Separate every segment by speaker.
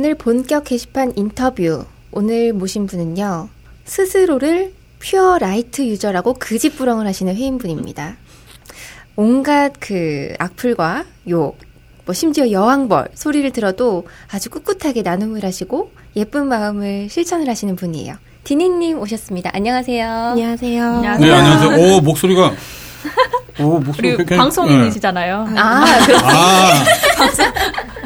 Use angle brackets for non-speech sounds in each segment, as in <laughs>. Speaker 1: 네, 본격 게시판 인터뷰. 오늘 모신 분은요. 스스로를 퓨어 라이트 유저라고 그지부렁을 하시는 회인분입니다. 온갖 그 악플과 욕, 뭐 심지어 여왕벌 소리를 들어도 아주 꿋꿋하게 나눔을 하시고 예쁜 마음을 실천을 하시는 분이에요. 디니님 오셨습니다. 안녕하세요.
Speaker 2: 안녕하세요.
Speaker 3: 네, 안녕하세요. 오, 목소리가. 오, 목소리
Speaker 4: 우리
Speaker 3: 굉장히-
Speaker 4: 방송인이시잖아요.
Speaker 1: 아,
Speaker 3: 네. 아.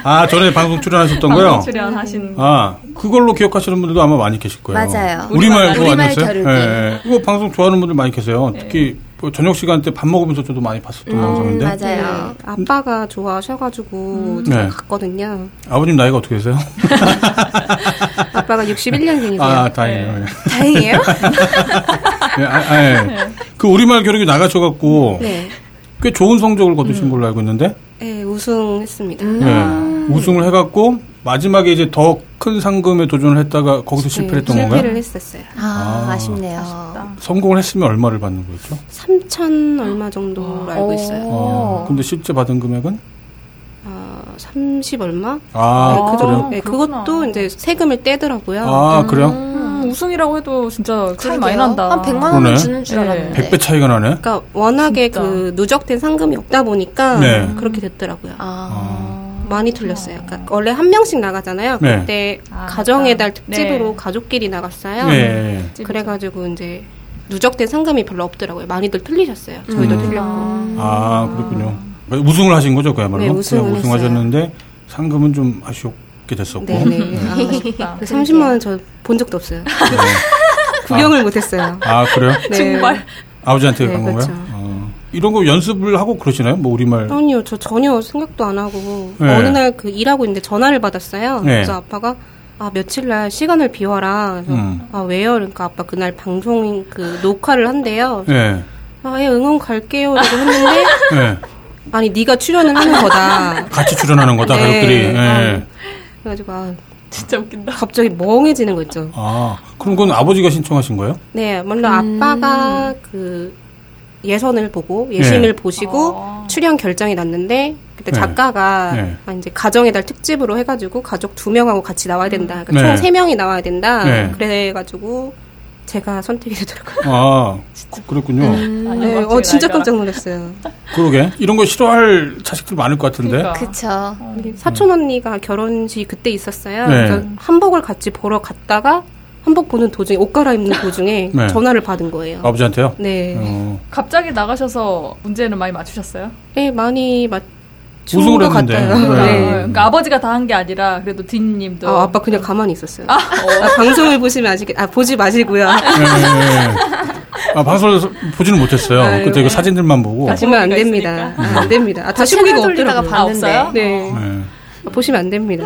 Speaker 3: 아, 전에 방송 출연하셨던 거요?
Speaker 4: 방송 출연하신
Speaker 3: 아, 그걸로 기억하시는 분들도 아마 많이 계실 거예요.
Speaker 1: 맞아요.
Speaker 3: 우리말
Speaker 4: 우리말
Speaker 3: 그거 아니었어요?
Speaker 1: 겨루기.
Speaker 3: 예, 예. 그거 방송 좋아하는 분들 많이 계세요. 특히 뭐 저녁 시간 때 밥 먹으면서 저도 많이
Speaker 4: 네.
Speaker 3: 봤었던 방송인데.
Speaker 1: 음, 맞아요.
Speaker 2: 네, 아빠가 좋아하셔가지고 제가
Speaker 3: 네.
Speaker 2: 갔거든요.
Speaker 3: 아버님 나이가 어떻게 되세요?
Speaker 2: 아빠가 61년생이세요.
Speaker 3: 아, 다행이에요.
Speaker 2: <laughs> 다행이에요?
Speaker 3: 예, 아, 아, 예. 그 우리말 겨루기 나가셔갖고
Speaker 2: 네.
Speaker 3: 꽤 좋은 성적을 거두신 걸로 알고 있는데
Speaker 2: 네, 우승했습니다.
Speaker 1: 음. 아,
Speaker 3: 예. 우승을 해갖고 마지막에 이제 더 큰 상금에 도전을 했다가 거기서 실패했던
Speaker 2: 네,
Speaker 3: 건가요?
Speaker 2: 실패를 했었어요.
Speaker 1: 아,
Speaker 3: 아.
Speaker 1: 아쉽네요.
Speaker 3: 성공을 했으면 얼마를 받는 거였죠?
Speaker 2: 3천 얼마 정도로 알고
Speaker 1: 오.
Speaker 2: 있어요.
Speaker 3: 어, 근데 실제 받은 금액은?
Speaker 2: 아, 30 얼마?
Speaker 3: 아,
Speaker 4: 아,
Speaker 2: 그
Speaker 3: 그래요?
Speaker 2: 정도, 네,
Speaker 4: 그렇구나.
Speaker 2: 그것도 이제 세금을 떼더라고요.
Speaker 3: 아, 그래요?
Speaker 1: 음,
Speaker 4: 음, 우승이라고 해도 진짜 차이
Speaker 1: 그러게요.
Speaker 4: 많이 난다.
Speaker 1: 한 100만 원을
Speaker 3: 그러네.
Speaker 1: 주는 줄
Speaker 4: 네.
Speaker 1: 알았는데.
Speaker 3: 100배 차이가 나네?
Speaker 2: 그러니까 워낙에
Speaker 4: 진짜.
Speaker 2: 그 누적된 상금이 없다 보니까
Speaker 3: 네.
Speaker 2: 그렇게 됐더라고요.
Speaker 1: 아.
Speaker 2: 많이 틀렸어요. 그러니까 원래 한 명씩 나가잖아요.
Speaker 3: 네.
Speaker 2: 그때
Speaker 4: 아,
Speaker 2: 가정의
Speaker 4: 맞다.
Speaker 2: 달 특집으로
Speaker 4: 네.
Speaker 2: 가족끼리 나갔어요.
Speaker 3: 네.
Speaker 2: 그래가지고 이제 누적된 상금이 별로 없더라고요. 많이들 틀리셨어요. 저희도
Speaker 3: 음.
Speaker 2: 틀렸고.
Speaker 3: 아, 그렇군요. 우승을 하신 거죠, 그야말로?
Speaker 2: 네, 우승을
Speaker 3: 그냥 우승하셨는데 상금은 좀 아쉬웠게 됐었고.
Speaker 2: 네네. <laughs>
Speaker 3: 음.
Speaker 2: 아,
Speaker 4: 아쉽다.
Speaker 2: 그 30만 원 저 본 적도
Speaker 3: <laughs>
Speaker 2: 없어요.
Speaker 3: 네.
Speaker 2: 구경을 못했어요.
Speaker 3: 아, 그래요?
Speaker 2: 네.
Speaker 4: <laughs> 정말
Speaker 3: 아버지한테
Speaker 2: 네,
Speaker 3: 간 건가요?
Speaker 2: 그렇죠.
Speaker 3: 어. 이런 거 연습을 하고 그러시나요? 뭐 우리말.
Speaker 2: 네. 아니요, 저 전혀 생각도 안 하고
Speaker 3: 네.
Speaker 2: 어느 날 그 일하고 있는데 전화를 받았어요.
Speaker 3: 네.
Speaker 2: 그래서 아빠가 아 며칠 날 시간을 비워라. 그래서
Speaker 3: 음.
Speaker 2: 아 왜요? 그러니까 아빠 그날 방송 그 녹화를 한대요.
Speaker 3: 네.
Speaker 2: 아예 응원 갈게요. 라고
Speaker 3: <laughs>
Speaker 2: 했는데
Speaker 3: 네.
Speaker 2: 아니 네가 출연을 <laughs> 하는 거다.
Speaker 3: 같이 출연하는 거다,
Speaker 2: 네.
Speaker 3: 가족들이.
Speaker 2: 아.
Speaker 3: 네.
Speaker 2: 그래가지고 아,
Speaker 4: 진짜 웃긴다.
Speaker 2: 갑자기 멍해지는 거 있죠.
Speaker 3: 아, 그럼 그건 아버지가 신청하신 거예요?
Speaker 2: 네, 물론
Speaker 1: 음.
Speaker 2: 아빠가 그 예선을 보고 예심을
Speaker 3: 네.
Speaker 2: 보시고
Speaker 4: 어.
Speaker 2: 출연 결정이 났는데 그때
Speaker 3: 네.
Speaker 2: 작가가
Speaker 3: 네.
Speaker 2: 아, 이제 가정의 달 특집으로 해가지고 가족 두 명하고 같이 나와야 된다. 그러니까
Speaker 3: 네.
Speaker 2: 총 세 명이 나와야 된다.
Speaker 3: 네.
Speaker 2: 그래가지고 제가 선택이 되더라고요.
Speaker 3: 아, 그- 그랬군요.
Speaker 1: 음,
Speaker 4: 아니,
Speaker 2: 네,
Speaker 4: 갑자기
Speaker 2: 어 진짜
Speaker 4: 나이가.
Speaker 2: 깜짝 놀랐어요.
Speaker 3: 그러게. 이런 거 싫어할 자식들 많을 것 같은데.
Speaker 4: 그러니까.
Speaker 1: 그쵸.
Speaker 4: 어.
Speaker 2: 사촌 언니가 결혼식 그때 있었어요.
Speaker 3: 네.
Speaker 2: 그래서 한복을 같이 보러 갔다가 한복 보는 도중에 옷 갈아입는 도중에
Speaker 3: 네.
Speaker 2: 전화를 받은 거예요.
Speaker 3: 아버지한테요?
Speaker 2: 네,
Speaker 3: 어.
Speaker 4: 갑자기 나가셔서 문제는 많이 맞추셨어요?
Speaker 2: 네 많이 맞춘
Speaker 3: 우승을
Speaker 2: 것
Speaker 3: 했는데.
Speaker 2: 같아요.
Speaker 3: 네.
Speaker 4: 어, 그러니까 아버지가 다 한 게 아니라 그래도 딘님도
Speaker 2: 아, 아빠 그냥 가만히 있었어요. 아, 방송을 보시면 아시겠, 아, 보지 마시고요.
Speaker 3: 예, 예, 예. 아, 방송을 보지는 못했어요.
Speaker 2: 아유,
Speaker 3: 그때
Speaker 2: 네.
Speaker 3: 그 사진들만 보고.
Speaker 4: 다시-
Speaker 2: 보시면 안
Speaker 4: 보기가
Speaker 2: 됩니다. 아, 안 됩니다. 아, 다시 보기가
Speaker 1: 돌리다가
Speaker 2: 없더라고요.
Speaker 4: 봐.
Speaker 1: 봤는데.
Speaker 4: 없어요?
Speaker 2: 네.
Speaker 3: 예.
Speaker 2: 아, 보시면 안 됩니다.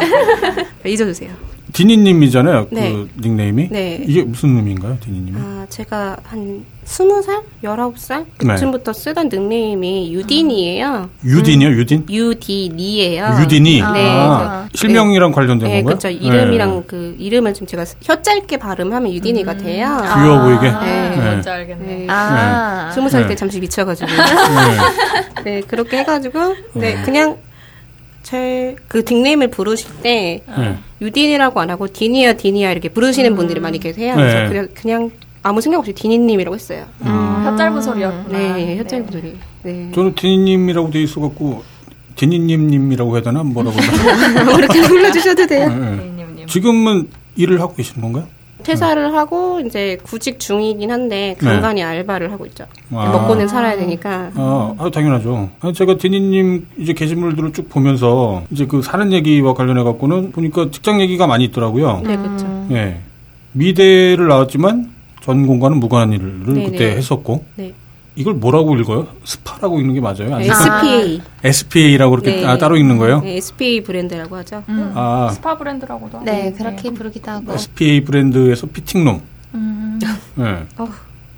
Speaker 2: 아, 잊어주세요.
Speaker 3: 디니님이잖아요.
Speaker 2: 네.
Speaker 3: 그 닉네임이.
Speaker 2: 네.
Speaker 3: 이게 무슨 의미인가요, 디니님이?
Speaker 2: 아, 제가 한 스무 살? 열아홉 살?
Speaker 3: 네.
Speaker 2: 그쯤부터 쓰던 닉네임이 유딘이에요.
Speaker 3: 유딘이요, 유딘?
Speaker 2: 유디니예요.
Speaker 3: 유딘이.
Speaker 2: 음. 네.
Speaker 3: 아, 실명이랑 관련된
Speaker 2: 네,
Speaker 3: 건가요?
Speaker 2: 그렇죠. 이름이랑
Speaker 3: 네.
Speaker 2: 그, 이름을 지금 제가 혀 짧게 발음하면 유딘이가 돼요.
Speaker 3: 귀여워 보이게.
Speaker 4: 아,
Speaker 2: 네.
Speaker 4: 뭔지 알겠네.
Speaker 2: 네.
Speaker 1: 아.
Speaker 2: 스무 살 때
Speaker 3: 네.
Speaker 2: 잠시
Speaker 3: <laughs>
Speaker 2: 미쳐가지고.
Speaker 3: 네.
Speaker 2: 네, 그렇게 해가지고, 네, 그냥, 제, 그 닉네임을 부르실 때,
Speaker 3: 네.
Speaker 2: 유딘이라고 안 하고, 디니야, 디니야, 이렇게 부르시는 분들이 많이 계세요. 그래서
Speaker 3: 음. 네.
Speaker 2: 그냥, 그냥, 아무 생각 없이 디니님이라고 했어요.
Speaker 4: 혀 음, 짧은 소리였구나.
Speaker 3: 아,
Speaker 2: 네, 협찬 분들이. 네.
Speaker 3: 음. 저는 디니님이라고 돼 있어갖고, 디니님님이라고 해야 되나? 뭐라고 해야 되나?
Speaker 2: <laughs> <laughs>
Speaker 3: <laughs>
Speaker 2: 그렇게 불러주셔도 돼요.
Speaker 3: 예, 예.
Speaker 4: 딘님님.
Speaker 3: 지금은 일을 하고 계시는 건가요?
Speaker 2: 퇴사를 하고, 이제 구직 중이긴 한데,
Speaker 3: 네.
Speaker 2: 간간히 알바를 하고 있죠.
Speaker 3: 아.
Speaker 2: 먹고는 살아야 되니까.
Speaker 3: 아, 아, 당연하죠. 아, 제가 디니님 이제 게시물들을 쭉 보면서 이제 그 사는 얘기와 관련해 갖고는 보니까 직장 얘기가 많이 있더라고요.
Speaker 2: 네, 그렇죠.
Speaker 3: 예. 미대를 나왔지만 전공과는 무관한 일을
Speaker 2: 네네.
Speaker 3: 그때 했었고
Speaker 2: 네.
Speaker 3: 이걸 뭐라고 읽어요? 스파라고 읽는 게 맞아요? 아니면
Speaker 2: SPA.
Speaker 3: SPA라고 그렇게
Speaker 2: 네.
Speaker 3: 아, 따로 읽는 거예요?
Speaker 2: 네, SPA 브랜드라고 하죠.
Speaker 4: 음.
Speaker 3: 아,
Speaker 4: 스파 브랜드라고도 하고.
Speaker 1: 네, 그렇게 부르기도 하고.
Speaker 3: SPA 브랜드에서 피팅룸.
Speaker 4: 음.
Speaker 3: 예.
Speaker 2: 어.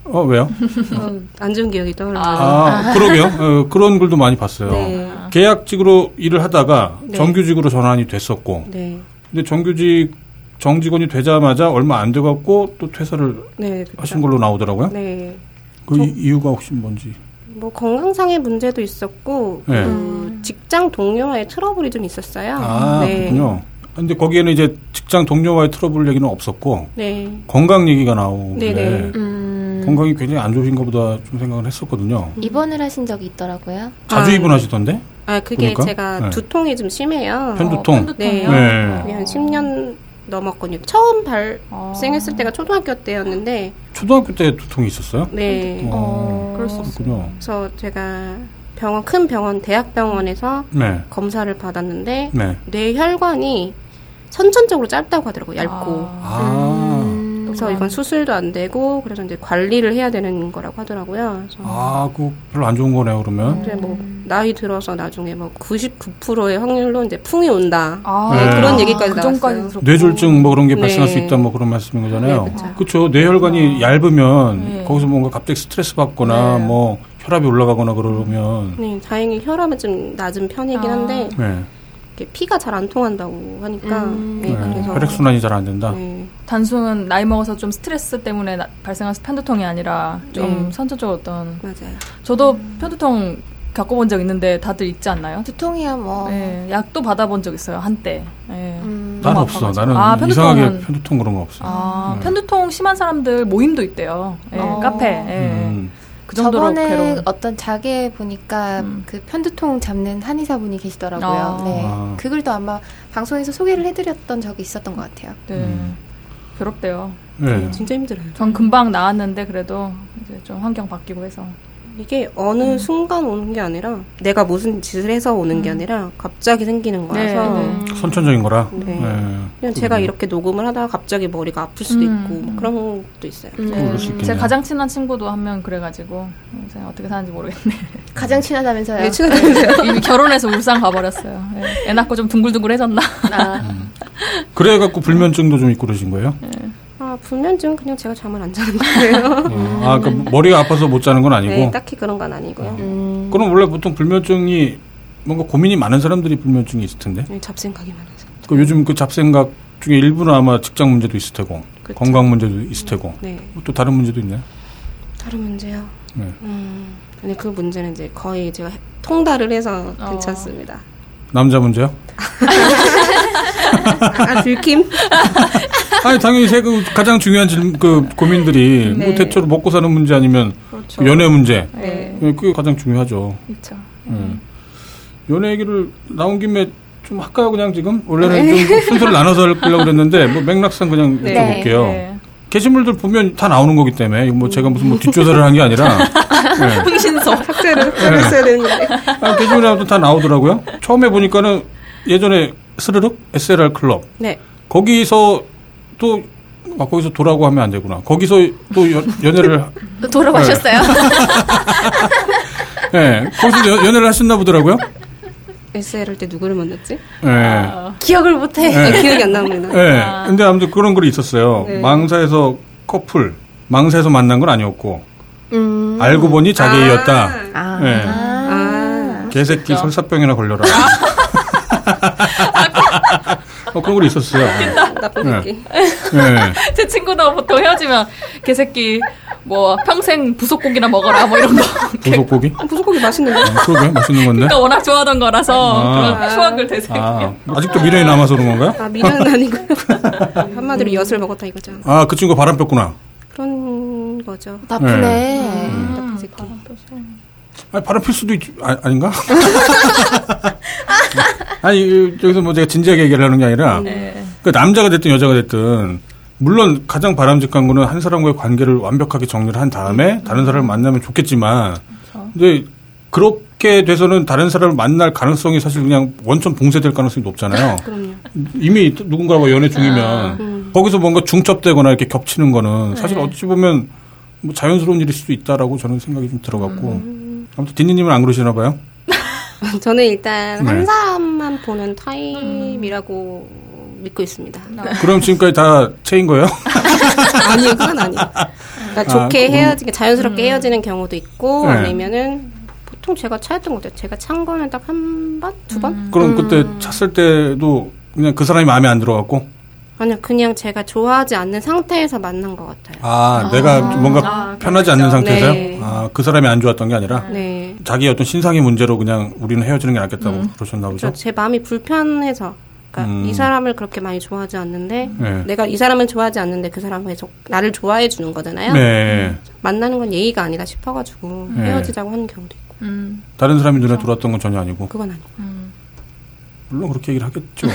Speaker 3: 어, 왜요?
Speaker 2: 어, 안 좋은 기억이 떠올라. 요
Speaker 3: 아, 그러게요. 어, 그런 글도 많이 봤어요.
Speaker 2: 네.
Speaker 3: 계약직으로 일을 하다가
Speaker 2: 네.
Speaker 3: 정규직으로 전환이 됐었고
Speaker 2: 네.
Speaker 3: 근데 정규직 정직원이 되자마자 얼마 안 돼갖고 또 퇴사를
Speaker 2: 네, 그렇죠.
Speaker 3: 하신 걸로 나오더라고요.
Speaker 2: 네.
Speaker 3: 그 이- 이유가 혹시 뭔지.
Speaker 2: 뭐 건강상의 문제도 있었고
Speaker 3: 네.
Speaker 2: 음.
Speaker 1: 음,
Speaker 2: 그 직장 동료와의 트러블이 좀 있었어요.
Speaker 3: 아 그렇군요. 근데 거기에는 이제 직장 동료와의 트러블 얘기는 없었고
Speaker 2: 네.
Speaker 3: 건강 얘기가 나오길래
Speaker 2: 네네.
Speaker 1: 음,
Speaker 3: 건강이 굉장히 안 좋으신가 보다 좀 생각을 했었거든요.
Speaker 1: 입원을 하신 적이 있더라고요.
Speaker 3: 자주
Speaker 2: 아,
Speaker 3: 입원하시던데?
Speaker 2: 아, 그게
Speaker 3: 그러니까?
Speaker 2: 제가
Speaker 3: 네.
Speaker 2: 두통이 좀 심해요.
Speaker 3: 편- 편두통.
Speaker 4: 어, 편두통이요?
Speaker 3: 네.
Speaker 2: 거의 한 10년 넘었거든요. 처음
Speaker 4: 아.
Speaker 2: 발생했을 때가 초등학교 때였는데,
Speaker 3: 초등학교 때 두통이 있었어요?
Speaker 2: 네.
Speaker 1: 음.
Speaker 3: 어,
Speaker 4: 그럴 수 없어요.
Speaker 3: 그렇군요.
Speaker 2: 그래서 제가 병원, 큰 병원, 대학병원에서
Speaker 3: 네.
Speaker 2: 검사를 받았는데,
Speaker 3: 네.
Speaker 2: 뇌혈관이 선천적으로 짧다고 하더라고요, 얇고.
Speaker 3: 아.
Speaker 1: 음,
Speaker 2: 그래서 이건 수술도 안 되고, 그래서 이제 관리를 해야 되는 거라고 하더라고요. 그래서
Speaker 3: 아, 그거 별로 안 좋은 거네요, 그러면.
Speaker 2: 이제 뭐 나이 들어서 나중에 뭐 99%의 확률로 이제 풍이 온다.
Speaker 4: 아,
Speaker 3: 네, 그런
Speaker 2: 얘기까지
Speaker 4: 그 전까지
Speaker 2: 나왔어요.
Speaker 4: 들었고.
Speaker 3: 뇌졸중 뭐 그런 게
Speaker 2: 네.
Speaker 3: 발생할 수 있다 뭐 그런 말씀인 거잖아요.
Speaker 2: 네, 그쵸. 음.
Speaker 3: 그렇죠. 뇌혈관이 얇으면
Speaker 4: 네.
Speaker 3: 거기서 뭔가 갑자기 스트레스 받거나
Speaker 4: 네.
Speaker 3: 뭐 혈압이 올라가거나 그러면
Speaker 2: 네, 다행히 혈압은 좀 낮은 편이긴
Speaker 4: 아.
Speaker 2: 한데
Speaker 3: 네.
Speaker 2: 이렇게 피가 잘 안 통한다고 하니까
Speaker 1: 음.
Speaker 2: 네,
Speaker 3: 네.
Speaker 2: 그래서
Speaker 3: 혈액 순환이 잘 안 된다.
Speaker 2: 네.
Speaker 4: 단순 나이 먹어서 좀 스트레스 때문에 나- 발생한 편두통이 아니라 좀
Speaker 2: 네.
Speaker 4: 선천적으로 어떤
Speaker 2: 맞아요.
Speaker 4: 저도 편두통 겪어본 적 있는데 다들 있지 않나요?
Speaker 1: 두통이야 뭐.
Speaker 4: 네, 약도 받아본 적 있어요 한때. 네.
Speaker 1: 음,
Speaker 3: 난
Speaker 4: 너무
Speaker 3: 없어.
Speaker 4: 아파가지고.
Speaker 3: 나는
Speaker 4: 아,
Speaker 3: 이상하게
Speaker 4: 편두통은-
Speaker 3: 편두통 그런 거 없어.
Speaker 4: 아
Speaker 3: 네.
Speaker 4: 편두통 심한 사람들 모임도 있대요. 예,
Speaker 1: 어.
Speaker 4: 카페.
Speaker 2: 네.
Speaker 4: 예.
Speaker 3: 음.
Speaker 4: 그 정도로
Speaker 1: 저번에
Speaker 4: 괴로운.
Speaker 1: 어떤 자게 보니까
Speaker 4: 음.
Speaker 1: 그 편두통 잡는 한의사분이 계시더라고요.
Speaker 4: 아.
Speaker 1: 네.
Speaker 3: 아.
Speaker 1: 그 글도 아마 방송에서 소개를 해드렸던 적이 있었던 것 같아요.
Speaker 4: 네.
Speaker 3: 음.
Speaker 4: 괴롭대요.
Speaker 3: 네.
Speaker 2: 진짜 힘들어요.
Speaker 4: 전 금방 나았는데 그래도 이제 좀 환경 바뀌고 해서.
Speaker 2: 이게 어느 순간 오는 게 아니라 내가 무슨 짓을 해서 오는 게
Speaker 4: 음.
Speaker 2: 아니라 갑자기 생기는 거라서
Speaker 4: 네.
Speaker 3: 선천적인 거라.
Speaker 2: 네.
Speaker 3: 네.
Speaker 2: 그냥 제가 이렇게 녹음을 하다가 갑자기 머리가 아플 수도
Speaker 4: 음.
Speaker 2: 있고 뭐 그런 것도 있어요.
Speaker 1: 음.
Speaker 3: 그럴 수 있겠네요.
Speaker 4: 제 가장 친한 친구도 한 명 그래가지고 요새 어떻게 사는지 모르겠네.
Speaker 1: 가장 친하다면서요.
Speaker 2: 네, 친해지세요.
Speaker 4: <laughs> 이미 결혼해서 울산 가버렸어요. 예. 애 낳고 좀 둥글둥글해졌나.
Speaker 1: 아,
Speaker 3: 그래 갖고 불면증도 좀 있고 그러신 거예요?
Speaker 2: 아 불면증 은 그냥 제가 잠을 안 자는 거예요.
Speaker 3: 아, 그 머리가 아파서 못 자는 건 아니고.
Speaker 2: 네, 딱히 그런 건 아니고요.
Speaker 1: 음,
Speaker 3: 그럼 원래 보통 불면증이 뭔가 고민이 많은 사람들이 불면증이 있을 텐데.
Speaker 2: 네, 잡생각이 많아서.
Speaker 3: 그 요즘 그 잡생각 중에 일부는 아마 직장 문제도 있을 테고
Speaker 2: 그쵸.
Speaker 4: 그렇죠.
Speaker 3: 건강 문제도 있을 테고
Speaker 2: 네.
Speaker 3: 또 다른 문제도 있나요?
Speaker 2: 다른 문제요.
Speaker 3: 네.
Speaker 2: 음. 근데 그 문제는 이제 거의 제가 해- 통달을 해서
Speaker 4: 어.
Speaker 2: 괜찮습니다.
Speaker 3: 남자 문제요?
Speaker 2: 아, 들킴?
Speaker 3: 아니 당연히 세 그 가장 중요한 질, 그 고민들이 뭐
Speaker 2: 네.
Speaker 3: 대체로 먹고 사는 문제 아니면
Speaker 4: 그렇죠.
Speaker 3: 그 연애 문제
Speaker 4: 네.
Speaker 3: 예, 그게 가장 중요하죠.
Speaker 4: 그렇죠.
Speaker 3: 예. 연애 얘기를 나온 김에 좀 할까요 그냥 지금 원래는 좀 순서를 나눠서 하려고 그랬는데 뭐 맥락상 그냥
Speaker 2: 네.
Speaker 3: 여쭤볼게요.
Speaker 4: 네. 네.
Speaker 3: 게시물들 보면 다 나오는 거기 때문에 뭐 제가 무슨
Speaker 4: <laughs>
Speaker 3: 뭐 뒷조사를 한 게 아니라 예.
Speaker 2: <laughs> 흥신소. 학자를
Speaker 3: 네.
Speaker 2: 했어야 되는데.
Speaker 3: 아, 게시물에 아무튼 다 나오더라고요. 처음에 보니까는 예전에 스르륵 SLR 클럽
Speaker 2: 네.
Speaker 3: 거기서 또 아, 거기서 도라고 하면 안 되구나. 거기서 또 연, 연애를
Speaker 1: 또 돌아가셨어요.
Speaker 3: 네. 예 거기서 연, 연애를 하셨나 보더라고요.
Speaker 2: SL 할 때 누구를 만났지?
Speaker 3: 예.
Speaker 1: 기억을 못해.
Speaker 3: 네.
Speaker 2: 아, 기억이 안 납니다.
Speaker 3: 예. 근데 아무튼 그런 글이 있었어요.
Speaker 2: 네.
Speaker 3: 망사에서 커플 망사에서 만난 건 아니었고
Speaker 1: 음.
Speaker 3: 알고 보니 자기였다.
Speaker 2: 아,
Speaker 1: 아.
Speaker 3: 네.
Speaker 2: 아.
Speaker 3: 개새끼
Speaker 4: 진짜?
Speaker 3: 설사병이나 걸려라. <laughs> 어, 그런 글이 있었어요.
Speaker 2: 아. 나쁜
Speaker 3: 네.
Speaker 2: 새끼.
Speaker 4: <laughs>
Speaker 3: 예.
Speaker 4: 제 친구도 보통 헤어지면 개새끼 뭐 평생 부속고기나 먹어라 뭐
Speaker 3: <laughs>
Speaker 4: 이런 거.
Speaker 3: 보석고기?
Speaker 2: 아, 부속고기 맛있는데?
Speaker 3: 어, 그러게 맛있는 건데.
Speaker 4: 그러니까 워낙 좋아하던 거라서
Speaker 3: 아.
Speaker 4: 그런 추억을 되새기.
Speaker 3: 아, 아직도 미련이 남아서 그런 건가요?
Speaker 2: 아, 미련은 아니고요. <laughs> 한마디로 엿을 먹었다 이거죠.
Speaker 3: 아, 그 친구가 바람 폈구나.
Speaker 2: 그런 거죠.
Speaker 1: 나쁘네.
Speaker 3: 음.
Speaker 2: 나쁜 새끼.
Speaker 3: 아니, 바람 필 수도 있, 아, 아닌가? <laughs> 아니, 이- 여기서 뭐 제가 진지하게 얘기를 하는 게 아니라,
Speaker 4: 네.
Speaker 3: 그 남자가 됐든 여자가 됐든, 물론 가장 바람직한 거는 한 사람과의 관계를 완벽하게 정리를 한 다음에 다른 사람을 만나면 좋겠지만,
Speaker 2: 그렇죠.
Speaker 3: 근데 그렇게 돼서는 다른 사람을 만날 가능성이 사실 그냥 원천 봉쇄될 가능성이 높잖아요.
Speaker 2: <laughs> 그럼요. 아, 음.
Speaker 3: 이미 누군가와 연애 중이면 거기서 뭔가 중첩되거나 이렇게 겹치는 거는
Speaker 2: 네.
Speaker 3: 사실 어찌 보면 뭐 자연스러운 일일 수도 있다라고 저는 생각이 좀 들어갔고
Speaker 2: 음.
Speaker 3: 아무튼 디니님은 안 그러시나 봐요.
Speaker 2: 저는 일단
Speaker 3: 네.
Speaker 2: 한 사람만 보는 타입이라고 믿고 있습니다.
Speaker 3: 그럼 지금까지 다 체인 거예요?
Speaker 2: 아니요, 그건 아니에요. 그러니까 좋게
Speaker 3: 그건-
Speaker 2: 헤어지게 자연스럽게 헤어지는 경우도 있고
Speaker 3: 네.
Speaker 2: 아니면은 보통 제가 차였던 것 같아요. 제가 찬 거는 딱 한 번, 두 번?
Speaker 3: 그럼 그때 찼을 때도 그냥 그 사람이 마음에 안 들어갔고
Speaker 2: 아니요, 그냥 제가 좋아하지 않는 상태에서 만난 것 같아요.
Speaker 3: 아, 내가 뭔가
Speaker 4: 아,
Speaker 3: 편하지 않는 상태에서요?
Speaker 2: 네.
Speaker 3: 아, 그 사람이 안 좋았던 게 아니라
Speaker 2: 네.
Speaker 3: 자기 어떤 신상의 문제로 그냥 우리는 헤어지는 게 낫겠다고 그러셨나 보죠?
Speaker 2: 그렇죠. 제 마음이 불편해서 그러니까
Speaker 3: 음.
Speaker 2: 이 사람을 그렇게 많이 좋아하지 않는데
Speaker 3: 네.
Speaker 2: 내가 이 사람은 좋아하지 않는데 그 사람은 계속 나를 좋아해 주는 거잖아요.
Speaker 3: 네.
Speaker 2: 만나는 건 예의가 아니다 싶어가지고
Speaker 3: 네.
Speaker 2: 헤어지자고 하는 경우도 있고
Speaker 4: 음.
Speaker 3: 다른 사람이 눈에 들어왔던 건 전혀 아니고
Speaker 2: 그건 아니고
Speaker 3: 물론 그렇게 얘기를 하겠죠.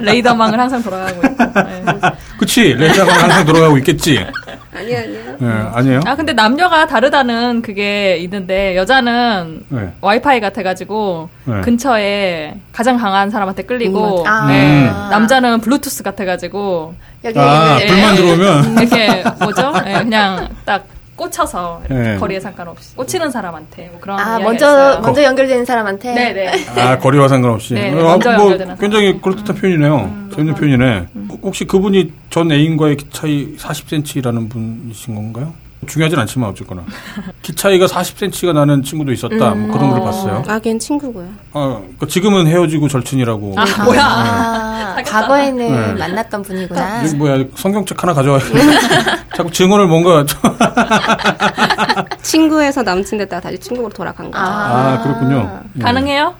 Speaker 4: 레이더망을 항상 돌아가고 있고. 네.
Speaker 3: 그치 레자가 항상 돌아가고 있겠지.
Speaker 2: 아니야 아니야.
Speaker 3: 예 아니에요?
Speaker 4: 아 근데 남녀가 다르다는 그게 있는데 여자는
Speaker 3: 네.
Speaker 4: 와이파이 같아가지고
Speaker 3: 네.
Speaker 4: 근처에 가장 강한 사람한테 끌리고
Speaker 2: 음,
Speaker 1: 아.
Speaker 4: 네.
Speaker 1: 음.
Speaker 4: 남자는 블루투스 같아가지고
Speaker 1: 여기
Speaker 3: 아
Speaker 4: 예.
Speaker 3: 불만 들어오면
Speaker 4: 이렇게 뭐죠? 네, 그냥 딱 꽂혀서 이렇게
Speaker 3: 예.
Speaker 4: 거리에 상관없이 꽂히는 사람한테 뭐 그런
Speaker 1: 아
Speaker 4: 이야기가
Speaker 1: 먼저
Speaker 4: 있어요.
Speaker 1: 먼저 연결되는 사람한테
Speaker 4: 네네
Speaker 3: 아 거리와 상관없이
Speaker 4: 네,
Speaker 3: 아,
Speaker 4: 먼저
Speaker 3: 뭐
Speaker 4: 연결되는 음.
Speaker 3: 굉장히 그럴듯한 표현이네요.
Speaker 4: 그렇죠.
Speaker 3: 재밌는 표현이네. 혹시 그분이 전 애인과의 키 차이 40cm라는 분이신 건가요? 중요하진
Speaker 4: <laughs>
Speaker 3: 않지만 어쨌거나 키 차이가 40cm가 나는 친구도 있었다. 뭐 그런 걸
Speaker 4: 어.
Speaker 3: 봤어요.
Speaker 2: 아 걔는 친구고요.
Speaker 3: 아, 그러니까 지금은 헤어지고 절친이라고.
Speaker 4: 아 뭐야
Speaker 1: 아,
Speaker 4: <laughs> 사귀었잖아.
Speaker 1: 과거에는
Speaker 3: 네.
Speaker 1: 만났던
Speaker 4: 아,
Speaker 1: 분이구나.
Speaker 4: 네.
Speaker 3: 이게 뭐야 성경책 하나 가져와. <laughs> 자꾸 증언을 뭔가 좀-
Speaker 2: 친구에서 남친 됐다가 다시 친구로 돌아간 거죠.
Speaker 3: 아 그렇군요. 예.
Speaker 4: 가능해요?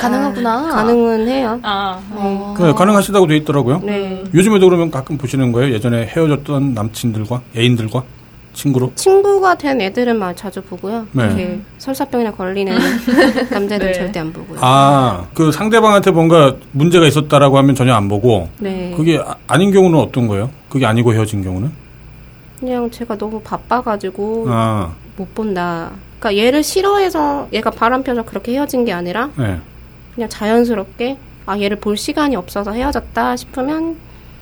Speaker 1: 가능하구나.
Speaker 2: 아. 가능은 해요.
Speaker 4: 아
Speaker 1: 어.
Speaker 3: 네, 가능하시다고 돼 있더라고요.
Speaker 2: 네.
Speaker 3: 요즘에도 그러면 가끔 보시는 거예요. 예전에 헤어졌던 남친들과 애인들과 친구로.
Speaker 2: 친구가 된 애들은 막 자주 보고요.
Speaker 3: 네.
Speaker 2: 이렇게 설사병이나 <laughs> 걸리는 남자들
Speaker 4: 네.
Speaker 2: 은 절대 안 보고요.
Speaker 3: 아, 그 상대방한테 뭔가 문제가 있었다라고 하면 전혀 안 보고
Speaker 2: 네.
Speaker 3: 그게 아, 닌 경우는 어떤 거예요? 그게 아니고 헤어진 경우는?
Speaker 2: 그냥 제가 너무 바빠가지고
Speaker 3: 아,
Speaker 2: 못 본다. 그러니까 얘를 싫어해서 얘가 바람 펴서 그렇게 헤어진 게 아니라
Speaker 3: 예.
Speaker 2: 그냥 자연스럽게 아 얘를 볼 시간이 없어서 헤어졌다 싶으면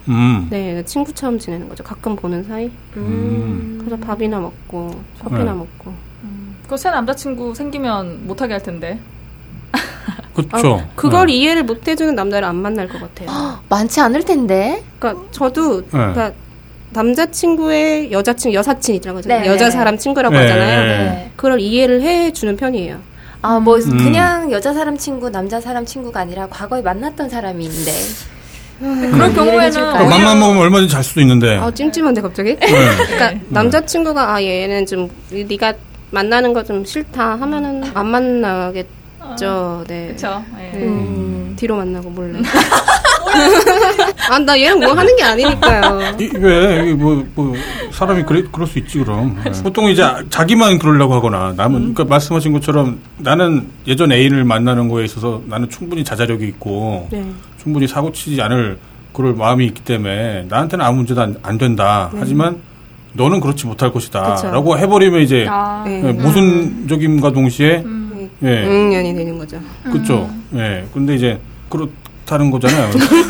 Speaker 3: 음.
Speaker 2: 네 친구처럼 지내는 거죠. 가끔 보는 사이.
Speaker 3: 음.
Speaker 2: 그래서 밥이나 먹고 커피나
Speaker 3: 네.
Speaker 2: 먹고.
Speaker 4: 그거 음, 새 남자친구 생기면 못하게 할 텐데
Speaker 3: 그렇죠.
Speaker 2: 네. 아, 그걸 이해를 못 해주는 남자를 안 만날 것 같아요.
Speaker 1: 많지 않을 텐데.
Speaker 2: 그러니까
Speaker 3: 네.
Speaker 2: 저도 그러니까 남자친구의 여자친 여사친 있잖아요.
Speaker 1: 네,
Speaker 2: 여자
Speaker 1: 네.
Speaker 2: 사람 친구라고
Speaker 3: 네,
Speaker 2: 하잖아요.
Speaker 3: 네.
Speaker 2: 그걸 이해를 해주는 편이에요.
Speaker 1: 아, 뭐,
Speaker 3: 음.
Speaker 1: 그냥 여자 사람 친구, 남자 사람 친구가 아니라 과거에 만났던 사람이 있는데. 음,
Speaker 4: 네, 그럴 경우에는
Speaker 1: 해줄까요?
Speaker 3: 어, 맘만
Speaker 4: 오히려
Speaker 3: 먹으면 얼마든지 잘 수도 있는데.
Speaker 2: 아 찜찜한데 갑자기?
Speaker 3: 예.
Speaker 2: <laughs> 그러니까 남자친구가 아 얘는 좀 네가 만나는 거 좀 싫다 하면은 안
Speaker 1: 아.
Speaker 2: 만나겠죠. 네.
Speaker 4: 그쵸 예.
Speaker 2: 네.
Speaker 1: 음.
Speaker 2: 뒤로 만나고 몰래. <laughs> 아 나 얘랑 뭐 하는 게 아니니까요.
Speaker 3: 이- 왜, 이게 뭐, 뭐, 사람이 그래, 그럴 수 있지, 그럼. 예. 보통 이제 자기만 그러려고 하거나, 남은,
Speaker 2: 음.
Speaker 3: 그러니까 말씀하신 것처럼 나는 예전 애인을 만나는 거에 있어서 나는 충분히 자자력이 있고,
Speaker 2: 네.
Speaker 3: 충분히 사고 치지 않을 그럴 마음이 있기 때문에 나한테는 아무 문제도 안, 안 된다. 하지만 너는 그렇지 못할 것이다.
Speaker 2: 네. 그쵸.
Speaker 3: 라고 해버리면 이제
Speaker 4: 아,
Speaker 2: 네.
Speaker 3: 예, 모순적임과 동시에
Speaker 4: 음.
Speaker 3: 예,
Speaker 2: 응년이 네. 되는 거죠.
Speaker 3: 그렇죠. 예, 근데 이제 그렇다는 거잖아요. <laughs>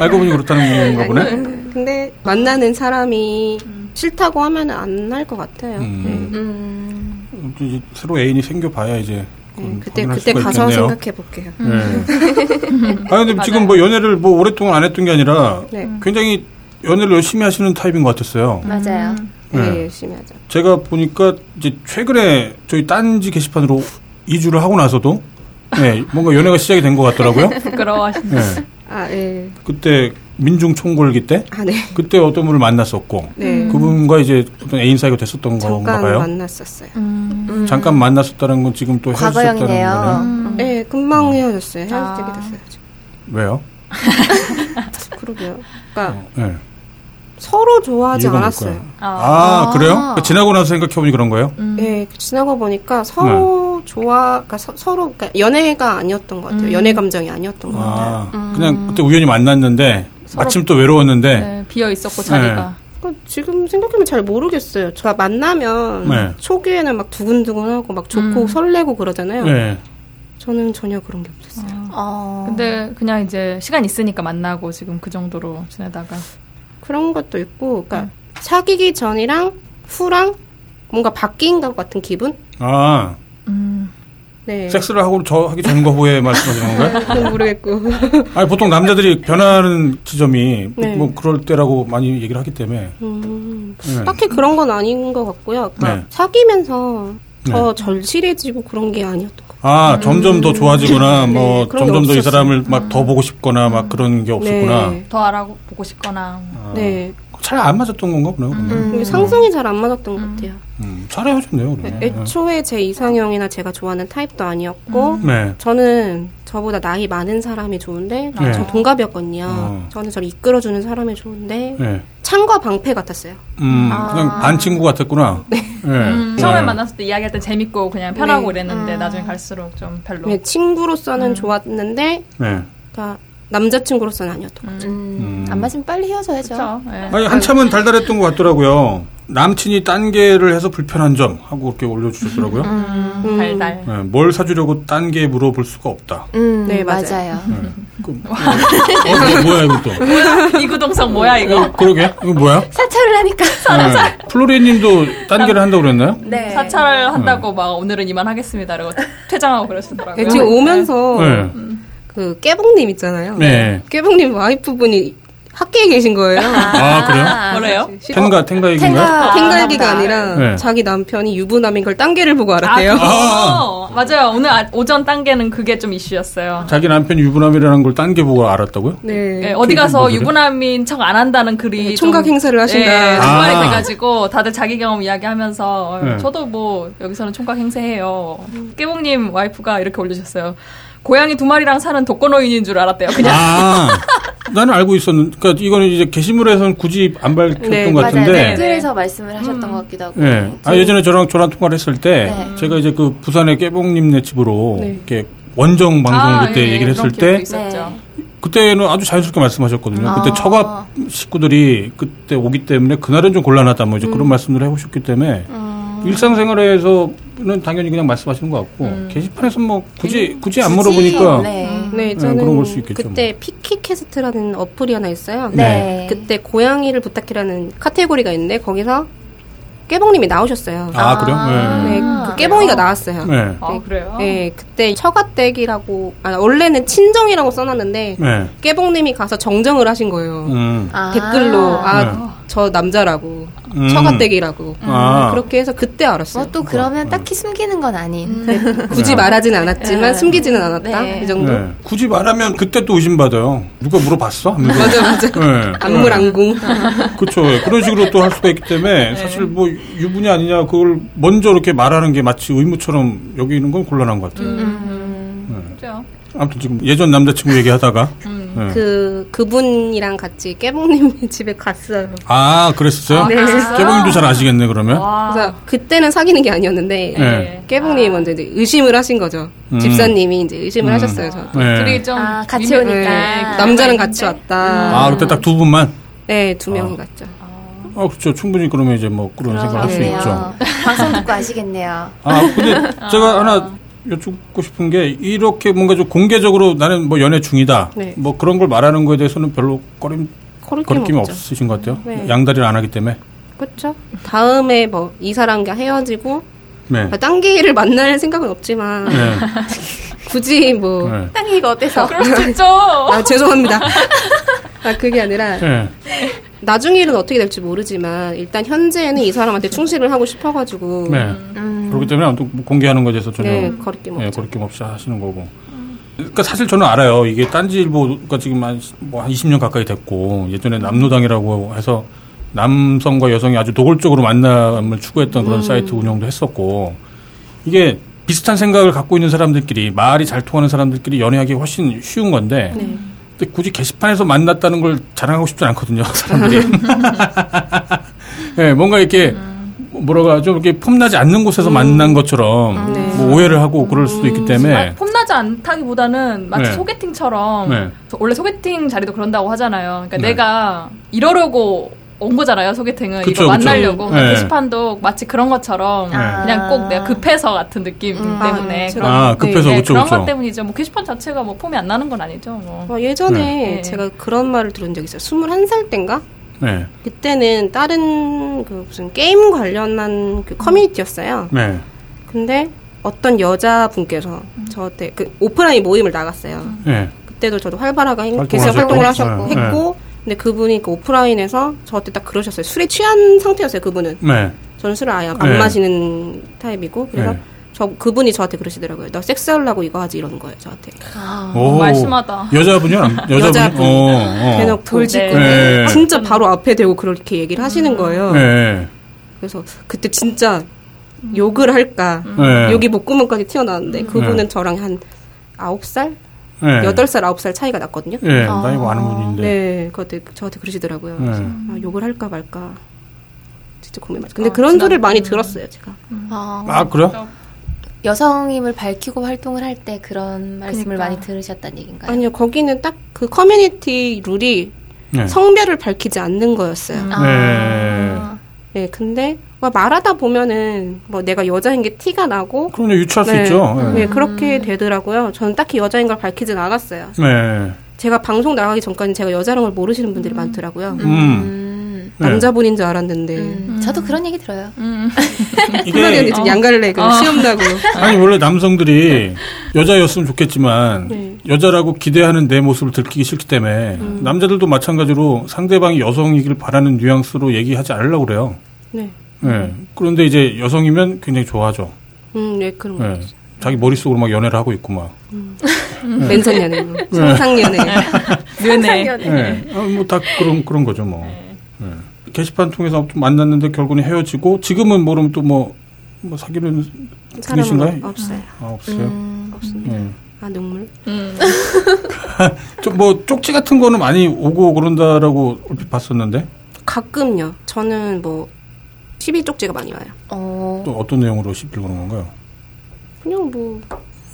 Speaker 3: 알고 보니 그렇다는 건가 보네.
Speaker 2: 아니, 근데 만나는 사람이
Speaker 4: 음.
Speaker 2: 싫다고 하면 안 할 것 같아요. 네.
Speaker 3: 음.
Speaker 1: 음.
Speaker 3: 또 이제 새로 애인이 생겨봐야 이제
Speaker 2: 네.
Speaker 3: 그건
Speaker 2: 그때
Speaker 3: 확인할
Speaker 2: 그때
Speaker 3: 수가
Speaker 2: 가서
Speaker 3: 있겠네요.
Speaker 2: 생각해 음. 볼게요.
Speaker 3: 예.
Speaker 2: <laughs>
Speaker 3: 아 근데
Speaker 4: 맞아요.
Speaker 3: 지금 뭐 연애를 뭐 오랫동안 안 했던 게 아니라
Speaker 2: 네.
Speaker 3: 굉장히 연애를 열심히 하시는 타입인 것 같았어요.
Speaker 1: 음, 맞아요.
Speaker 4: 음,
Speaker 2: 네.
Speaker 3: 예.
Speaker 2: 열심히 하죠.
Speaker 3: 제가 보니까 이제 최근에 저희 딴지 게시판으로 이주를 하고 나서도 예, 뭔가 연애가 시작이 된 것 같더라고요.
Speaker 4: 부끄러워하시는
Speaker 3: 예.
Speaker 2: 아 예.
Speaker 3: 그때 민중 총궐기 때
Speaker 2: 아 네.
Speaker 3: 그때 어떤 분을 만났었고
Speaker 2: 네.
Speaker 4: 음.
Speaker 3: 그분과 이제 어떤 애인 사이가 됐었던 건가
Speaker 2: 잠깐
Speaker 3: 봐요.
Speaker 2: 만났었어요.
Speaker 1: 음.
Speaker 3: 잠깐 만났었다는 건 지금 또 헤어졌다는
Speaker 1: 과거형이네요.
Speaker 3: 거네요.
Speaker 4: 음.
Speaker 2: 네, 금방 헤어졌어요. 헤어지게
Speaker 4: 아.
Speaker 2: 됐어요. 지금.
Speaker 3: 왜요?
Speaker 2: 그러게요. 그러니까
Speaker 3: 예.
Speaker 2: 서로 좋아하지
Speaker 3: 이유가
Speaker 2: 않았어요.
Speaker 3: 뭘까요?
Speaker 4: 아,
Speaker 3: 아,
Speaker 1: 아.
Speaker 3: 그래요? 지나고 나서 생각해보니 그런 거예요?
Speaker 4: 음.
Speaker 2: 네, 지나고 보니까
Speaker 3: 네.
Speaker 2: 서로 좋아, 그러니까 서, 로 그러니까 연애가 아니었던 것
Speaker 4: 음.
Speaker 2: 같아요. 연애 감정이 아니었던 것 같아요.
Speaker 3: 아, 그냥 그때 우연히 만났는데
Speaker 4: 서로-
Speaker 3: 마침 또 외로웠는데
Speaker 4: 네, 비어 있었고 자리가
Speaker 2: 그러니까 지금 생각하면 잘 모르겠어요. 제가 만나면
Speaker 3: 네.
Speaker 2: 초기에는 막 두근두근하고 막 좋고
Speaker 4: 음.
Speaker 2: 설레고 그러잖아요.
Speaker 3: 예.
Speaker 2: 저는 전혀 그런 게 없었어요.
Speaker 1: 어.
Speaker 4: 근데 그냥 이제 시간 있으니까 만나고 지금 그 정도로 지내다가
Speaker 2: 그런 것도 있고, 그러니까 사귀기 전이랑 후랑 뭔가 바뀐 것 같은 기분?
Speaker 3: 아,
Speaker 4: 음.
Speaker 2: 네.
Speaker 3: 섹스를 하고 저 하기 전과 후에 말씀하시는 건가요?
Speaker 2: 그건 모르겠고.
Speaker 3: 아니 보통 남자들이 변하는 지점이
Speaker 2: 네.
Speaker 3: 뭐 그럴 때라고 많이 얘기를 하기 때문에
Speaker 2: 음.
Speaker 3: 네.
Speaker 2: 딱히 그런 건 아닌 것 같고요. 그러니까
Speaker 3: 네.
Speaker 2: 사귀면서 더 절실해지고 그런 게 아니었던 것 같아요.
Speaker 3: 아 점점 더 좋아지거나
Speaker 2: 음. 네,
Speaker 3: 뭐
Speaker 2: 그런 게
Speaker 3: 점점 더 이
Speaker 2: 없었어요. 아.
Speaker 3: 사람을 막 더 보고 싶거나 막 그런 게 없었구나.
Speaker 2: 네.
Speaker 4: 더 알아보고 싶거나
Speaker 3: 아,
Speaker 2: 네.
Speaker 3: 잘 안 맞았던 건가 보네요. 그러면.
Speaker 1: 음.
Speaker 2: 상성이 잘 안 맞았던 것 같아요.
Speaker 3: 음, 잘 아. 헤어졌네요. 그러면.
Speaker 2: 애초에 제 이상형이나 제가 좋아하는 타입도 아니었고
Speaker 3: 네.
Speaker 2: 저는 저보다 나이 많은 사람이 좋은데
Speaker 3: 네.
Speaker 2: 저 동갑이었거든요.
Speaker 3: 어.
Speaker 2: 저는 저를 이끌어주는 사람이 좋은데
Speaker 3: 네.
Speaker 2: 창과 방패 같았어요.
Speaker 3: 음,
Speaker 4: 아.
Speaker 3: 그냥 반 친구 같았구나. 네.
Speaker 4: 음,
Speaker 3: 네.
Speaker 4: 처음에 만났을 때 이야기할 때 재밌고 그냥 편하고
Speaker 2: 네.
Speaker 4: 이랬는데
Speaker 1: 음.
Speaker 4: 나중에 갈수록 좀 별로.
Speaker 2: 네, 친구로서는 좋았는데
Speaker 3: 네.
Speaker 2: 그러니까 남자친구로서는 아니었던
Speaker 4: 음.
Speaker 1: 음,
Speaker 3: 음.
Speaker 1: 안 맞으면 빨리 헤어져야죠.
Speaker 4: 그쵸? 예.
Speaker 3: 아니 한참은 달달했던 것 같더라고요. 남친이 딴개를 해서 불편한 점 하고 이렇게 올려주셨더라고요.
Speaker 4: 음,
Speaker 2: 음.
Speaker 4: 달달. <laughs>
Speaker 3: 네, 뭘 사주려고 딴게 물어볼 수가 없다.
Speaker 1: 음,
Speaker 2: 네, 맞아요.
Speaker 3: 네. 그, 네. 어, 이거 뭐야 이거 또?
Speaker 4: 이구동성 뭐야 이거?
Speaker 3: 어, 그러게 이거 뭐야?
Speaker 1: 사찰을 하니까.
Speaker 4: <laughs>
Speaker 3: 네. 플로리님도 딴개를 한다고 그랬나요?
Speaker 1: 네.
Speaker 4: 사찰을 한다고 막 오늘은 이만하겠습니다. 이러고 퇴장하고 아, 그러시더라고요.
Speaker 2: 거예요. 지금 오면서
Speaker 3: 네.
Speaker 2: 그 깨봉님 있잖아요.
Speaker 3: 네.
Speaker 2: 깨봉님 와이프분이 학계에 계신 거예요.
Speaker 3: 아 그래요?
Speaker 4: 뭐래요?
Speaker 3: 텐가 텐가 얘기인가요?
Speaker 1: 텐가.
Speaker 2: 탱가 얘기가 아니라
Speaker 3: 네.
Speaker 2: 자기 남편이 유부남인 걸 딴개를 보고 알았대요.
Speaker 4: 아, 그거. 맞아요. 오늘 아- 오전 단계는 그게 좀 이슈였어요.
Speaker 3: 자기 남편 유부남이라는 걸 딴 게 보고 알았다고요?
Speaker 2: 네.
Speaker 4: 예, 어디 가서 유부남인 척 안 한다는 글이 좀-
Speaker 2: 총각 행사를 하신다.
Speaker 4: 예,
Speaker 3: 아.
Speaker 4: 전달이 돼가지고 다들 자기 경험 이야기하면서 어,
Speaker 3: 네.
Speaker 4: 저도 뭐 여기서는 총각 행세해요. 깨봉님 와이프가 이렇게 올리셨어요. 고양이 두 마리랑 사는 독거노인인 줄 알았대요. 그냥
Speaker 3: 아 나는 알고 있었는데 그러니까 이거는 이제 게시물에서는 굳이 안 밝혔던
Speaker 2: 네,
Speaker 3: 것
Speaker 1: 맞아요.
Speaker 3: 같은데
Speaker 1: 댓글에서 말씀을 하셨던 것 같기도 하고.
Speaker 3: 예. 아,
Speaker 1: 저희-
Speaker 3: 예전에 저랑 저랑 통화를 했을 때
Speaker 1: 네.
Speaker 3: 제가 이제 그 부산의 깨봉님네 집으로
Speaker 2: 네.
Speaker 3: 이렇게 원정 <laughs> 방송을
Speaker 4: 아,
Speaker 3: 그때
Speaker 4: 예,
Speaker 3: 얘기를 했을 때
Speaker 1: 있었죠.
Speaker 3: 그때는 아주 자연스럽게 말씀하셨거든요.
Speaker 1: 음.
Speaker 3: 그때
Speaker 1: 아.
Speaker 3: 처가 식구들이 그때 오기 때문에 그날은 좀 곤란하다 뭐 이제
Speaker 2: 음.
Speaker 3: 그런 말씀을 해오셨기 때문에 일상생활에서는 당연히 그냥 말씀하시는 것 같고
Speaker 2: 음.
Speaker 3: 게시판에서 뭐 굳이 굳이 안 물어보니까
Speaker 1: 네.
Speaker 2: 네,
Speaker 3: 네, 그런
Speaker 2: 저는
Speaker 3: 걸수 있겠죠,
Speaker 2: 그때 피키캐스트라는 어플이 하나 있어요.
Speaker 1: 네.
Speaker 2: 그때 고양이를 부탁해라는 카테고리가 있는데 거기서 깨봉님이 나오셨어요.
Speaker 3: 아, 그래요?
Speaker 2: 네,
Speaker 3: 네.
Speaker 2: 그 깨봉이가 나왔어요. 네.
Speaker 3: 네.
Speaker 4: 아 그래요?
Speaker 2: 그때 처가댁이라고 아, 원래는 친정이라고 써놨는데
Speaker 3: 네.
Speaker 2: 깨봉님이 가서 정정을 하신 거예요.
Speaker 3: 음.
Speaker 1: 아.
Speaker 2: 댓글로
Speaker 3: 네.
Speaker 2: 아 저 남자라고
Speaker 3: 음.
Speaker 2: 처가댁이라고
Speaker 3: 아.
Speaker 2: 그렇게 해서 그때 알았어요.
Speaker 1: 뭐 또 그러면 딱히 숨기는 건 아닌.
Speaker 2: 굳이 말하진 않았지만
Speaker 1: 네.
Speaker 2: 숨기지는 않았다
Speaker 1: 네.
Speaker 2: 이 정도.
Speaker 3: 네. 굳이 말하면 그때 또 의심받아요. 누가 물어봤어? 하면서.
Speaker 2: 맞아 맞아.
Speaker 3: 네.
Speaker 2: 안물안궁.
Speaker 3: 그렇죠. 예. 그런 식으로 또 할 수가 있기 때문에
Speaker 2: 네.
Speaker 3: 사실 뭐 유부녀 아니냐 그걸 먼저 이렇게 말하는 게 마치 의무처럼 여기는 건 곤란한 것 같아요.
Speaker 4: 그죠.
Speaker 3: 아무튼 지금 예전 남자친구 얘기하다가 예.
Speaker 2: 그 그분이랑 같이 <laughs> 깨봉님 집에 갔어요.
Speaker 3: 아 그랬었어요?
Speaker 4: 네.
Speaker 3: 깨봉님도 잘 아시겠네 그러면.
Speaker 4: 와.
Speaker 2: 그래서 그때는 사귀는 게 아니었는데
Speaker 3: 네.
Speaker 2: 깨봉님이 먼저 이제 의심을 하신 거죠.
Speaker 3: 음.
Speaker 2: 집사님이 이제 의심을
Speaker 3: 음.
Speaker 2: 하셨어요. 저.
Speaker 3: 네.
Speaker 4: 둘이 좀
Speaker 1: 아, 같이
Speaker 4: 윈-
Speaker 1: 오니까.
Speaker 4: 네,
Speaker 2: 남자는 같이 왔다.
Speaker 3: 아 그때 딱 두 분만.
Speaker 2: 네, 두 명이 갔죠.
Speaker 3: 아 그렇죠. 충분히 그러면 이제 뭐 그런 생각을 할 수
Speaker 1: 그러네요.
Speaker 3: 있죠.
Speaker 1: 방송 듣고 아시겠네요.
Speaker 3: 아 근데 제가 하나 여쭙고 싶은 게 이렇게 뭔가 좀 공개적으로 나는 뭐 연애 중이다.
Speaker 2: 네.
Speaker 3: 뭐 그런 걸 말하는 거에 대해서는 별로 꺼림 거리낌이
Speaker 2: 거리낌 없죠.
Speaker 3: 없으신 것 같아요.
Speaker 2: 네.
Speaker 3: 양다리를 안 하기 때문에.
Speaker 2: 그렇죠. 다음에 뭐 이 사람과 헤어지고
Speaker 3: 네.
Speaker 2: 딴 게이를 만날 생각은 없지만
Speaker 3: 네.
Speaker 2: 굳이 뭐
Speaker 3: 네.
Speaker 1: 땅이 이거 어때서?
Speaker 4: 그럴 수
Speaker 2: <laughs>
Speaker 4: 있죠.
Speaker 2: 아, 죄송합니다. 아, 그게 아니라
Speaker 3: 네.
Speaker 2: 나중 일은 어떻게 될지 모르지만 일단 현재는 이 사람한테 충실을 하고 싶어가지고
Speaker 3: 네. 그렇기 때문에 아무튼 뭐 공개하는 것에 대해서 전혀
Speaker 2: 음. 네, 거리낌
Speaker 3: 예,
Speaker 2: 없죠. 음.
Speaker 3: 거리낌 없이 하시는 거고. 그러니까 사실 저는 알아요. 이게 딴지일보가 지금 한, 시- 뭐, 한 20년 가까이 됐고, 예전에 남노당이라고 해서 남성과 여성이 아주 노골적으로 만남을 추구했던
Speaker 2: 음.
Speaker 3: 그런 사이트 운영도 했었고, 이게 비슷한 생각을 갖고 있는 사람들끼리, 말이 잘 통하는 사람들끼리 연애하기 훨씬 쉬운 건데,
Speaker 2: 네.
Speaker 3: 근데 굳이 게시판에서 만났다는 걸 자랑하고 싶진 않거든요, 사람들이. 예, 뭔가 이렇게 뭐라고 하죠? 이렇게 폼나지 않는 곳에서 만난 것처럼
Speaker 2: 네.
Speaker 3: 뭐 오해를 하고 그럴 수도 있기
Speaker 4: 아,
Speaker 3: 때문에
Speaker 4: 폼나지 않다기보다는 마치
Speaker 3: 네.
Speaker 4: 소개팅처럼
Speaker 3: 네.
Speaker 4: 저- 원래 소개팅 자리도 그런다고 하잖아요. 그러니까
Speaker 3: 네.
Speaker 4: 내가 이러려고 온 거잖아요. 소개팅은
Speaker 3: 그쵸,
Speaker 4: 이거
Speaker 3: 그쵸.
Speaker 4: 만나려고 그러니까
Speaker 3: 네.
Speaker 4: 게시판도 마치 그런 것처럼
Speaker 3: 네.
Speaker 4: 그냥 꼭 내가 급해서 같은 느낌
Speaker 1: 음.
Speaker 4: 때문에
Speaker 2: 아,
Speaker 4: 그런
Speaker 3: 아, 급해서 그쵸,
Speaker 4: 네, 그런
Speaker 3: 그쵸.
Speaker 4: 것 때문이죠. 뭐 게시판 자체가 뭐 폼이 안 나는 건 아니죠. 뭐.
Speaker 2: 어, 예전에
Speaker 4: 네.
Speaker 2: 제가 그런 말을 들은 적이 있어요. 21살 땐가?
Speaker 3: 네.
Speaker 2: 그때는 다른 그 무슨 게임 관련한 그 커뮤니티였어요.
Speaker 3: 네.
Speaker 2: 근데 어떤 여자분께서
Speaker 4: 음.
Speaker 2: 저한테 그 오프라인 모임을 나갔어요.
Speaker 3: 네.
Speaker 2: 그때도 저도 활발하게 행-
Speaker 3: 활동을
Speaker 2: 계속
Speaker 3: 하셨죠?
Speaker 2: 활동을 하셨고
Speaker 3: 네.
Speaker 2: 했고 근데 그분이 그 오프라인에서 저한테 딱 그러셨어요. 술에 취한 상태였어요, 그분은.
Speaker 3: 네.
Speaker 2: 저는 술을 아예 안
Speaker 3: 네.
Speaker 2: 마시는 타입이고 그래서
Speaker 3: 네.
Speaker 2: 저 그분이 저한테 그러시더라고요. 너 섹스하려고 이거 하지 이러는 거예요. 저한테.
Speaker 1: 아,
Speaker 3: 오.
Speaker 4: 말씀하다.
Speaker 3: 여자분이요? 남- 여자분이?
Speaker 2: 여자분.
Speaker 3: 어,
Speaker 2: 대놓고
Speaker 4: 돌직구.
Speaker 3: 네.
Speaker 2: 진짜 바로 앞에 대고 그렇게 얘기를
Speaker 4: 음.
Speaker 2: 하시는 거예요.
Speaker 3: 어. 네.
Speaker 2: 그래서 그때 진짜
Speaker 4: 음.
Speaker 2: 욕을 할까.
Speaker 3: 네.
Speaker 2: 여기 목구멍까지 튀어나왔는데 그분은
Speaker 3: 네.
Speaker 2: 저랑 한 9살?
Speaker 3: 네.
Speaker 2: 여덟 살 아홉 살 차이가 났거든요.
Speaker 3: 예,
Speaker 4: 아.
Speaker 3: 나이 많은 분인데.
Speaker 2: 네, 그때 저한테 그러시더라고요. 그래서
Speaker 3: 네.
Speaker 2: 아, 욕을 할까 말까 진짜 음. 고민 많이. 근데
Speaker 1: 아,
Speaker 2: 그런
Speaker 1: 지난-
Speaker 2: 소리를 많이 들었어요, 제가.
Speaker 1: 어,
Speaker 3: 아, 그래요?
Speaker 1: 여성임을 밝히고 활동을 할 때 그런 말씀을
Speaker 4: 그러니까.
Speaker 1: 많이 들으셨다는 얘기인가요?
Speaker 2: 아니요, 거기는 딱 그 커뮤니티 룰이
Speaker 3: 네.
Speaker 2: 성별을 밝히지 않는 거였어요.
Speaker 4: 음.
Speaker 1: 아,
Speaker 2: 네, 근데 막 말하다 보면은 뭐 내가 여자인 게 티가 나고
Speaker 3: 그럼요, 유추할 수
Speaker 2: 네.
Speaker 3: 있죠.
Speaker 2: 네,
Speaker 3: 네.
Speaker 2: 그렇게 되더라고요. 저는 딱히 여자인 걸 밝히진 않았어요.
Speaker 3: 네.
Speaker 2: 제가 방송 나가기 전까지 제가 여자라는 걸 모르시는 분들이 많더라고요.
Speaker 3: 음.
Speaker 1: 음,
Speaker 3: 네.
Speaker 2: 남자분인 줄 알았는데.
Speaker 1: 음, 저도 그런 얘기 들어요.
Speaker 4: 음.
Speaker 2: 소나리 언니
Speaker 3: 이게,
Speaker 2: 지금 양가를 내고 시험 나고.
Speaker 3: 아니, 원래 남성들이 여자였으면 좋겠지만,
Speaker 2: 네.
Speaker 3: 여자라고 기대하는 내 모습을 들키기 싫기 때문에,
Speaker 2: 음.
Speaker 3: 남자들도 마찬가지로 상대방이 여성이길 바라는 뉘앙스로 얘기하지 않으려고 그래요.
Speaker 2: 네.
Speaker 3: 예. 그런데 이제 여성이면 굉장히 좋아하죠.
Speaker 2: 음, 네, 그런
Speaker 3: 예.
Speaker 2: 거. 요
Speaker 3: 자기 머릿속으로 막 연애를 하고 있고 막. 네.
Speaker 2: 맨손 연애. 상상 연애.
Speaker 4: 뇌네.
Speaker 3: 예. 아, 뭐다 그런 그런 거죠 뭐.
Speaker 2: 네.
Speaker 3: 예. 게시판 통해서 좀 만났는데 결국은 헤어지고 지금은 모르면 또뭐 뭐 사귀는
Speaker 2: 사람은
Speaker 3: 분이신가요?
Speaker 2: 없어요.
Speaker 3: 아, 없어요.
Speaker 2: 음, 없습니다.
Speaker 3: 예.
Speaker 2: 아, 눈물.
Speaker 4: 음.
Speaker 3: 좀뭐 쪽지 같은 거는 많이 오고 그런다라고 얼핏 봤었는데
Speaker 2: 가끔요. 저는 뭐 12쪽지가 많이 와요.
Speaker 1: 어,
Speaker 2: 네.
Speaker 3: 또 어떤 내용으로 씹히고 그런 건가요?
Speaker 2: 그냥 뭐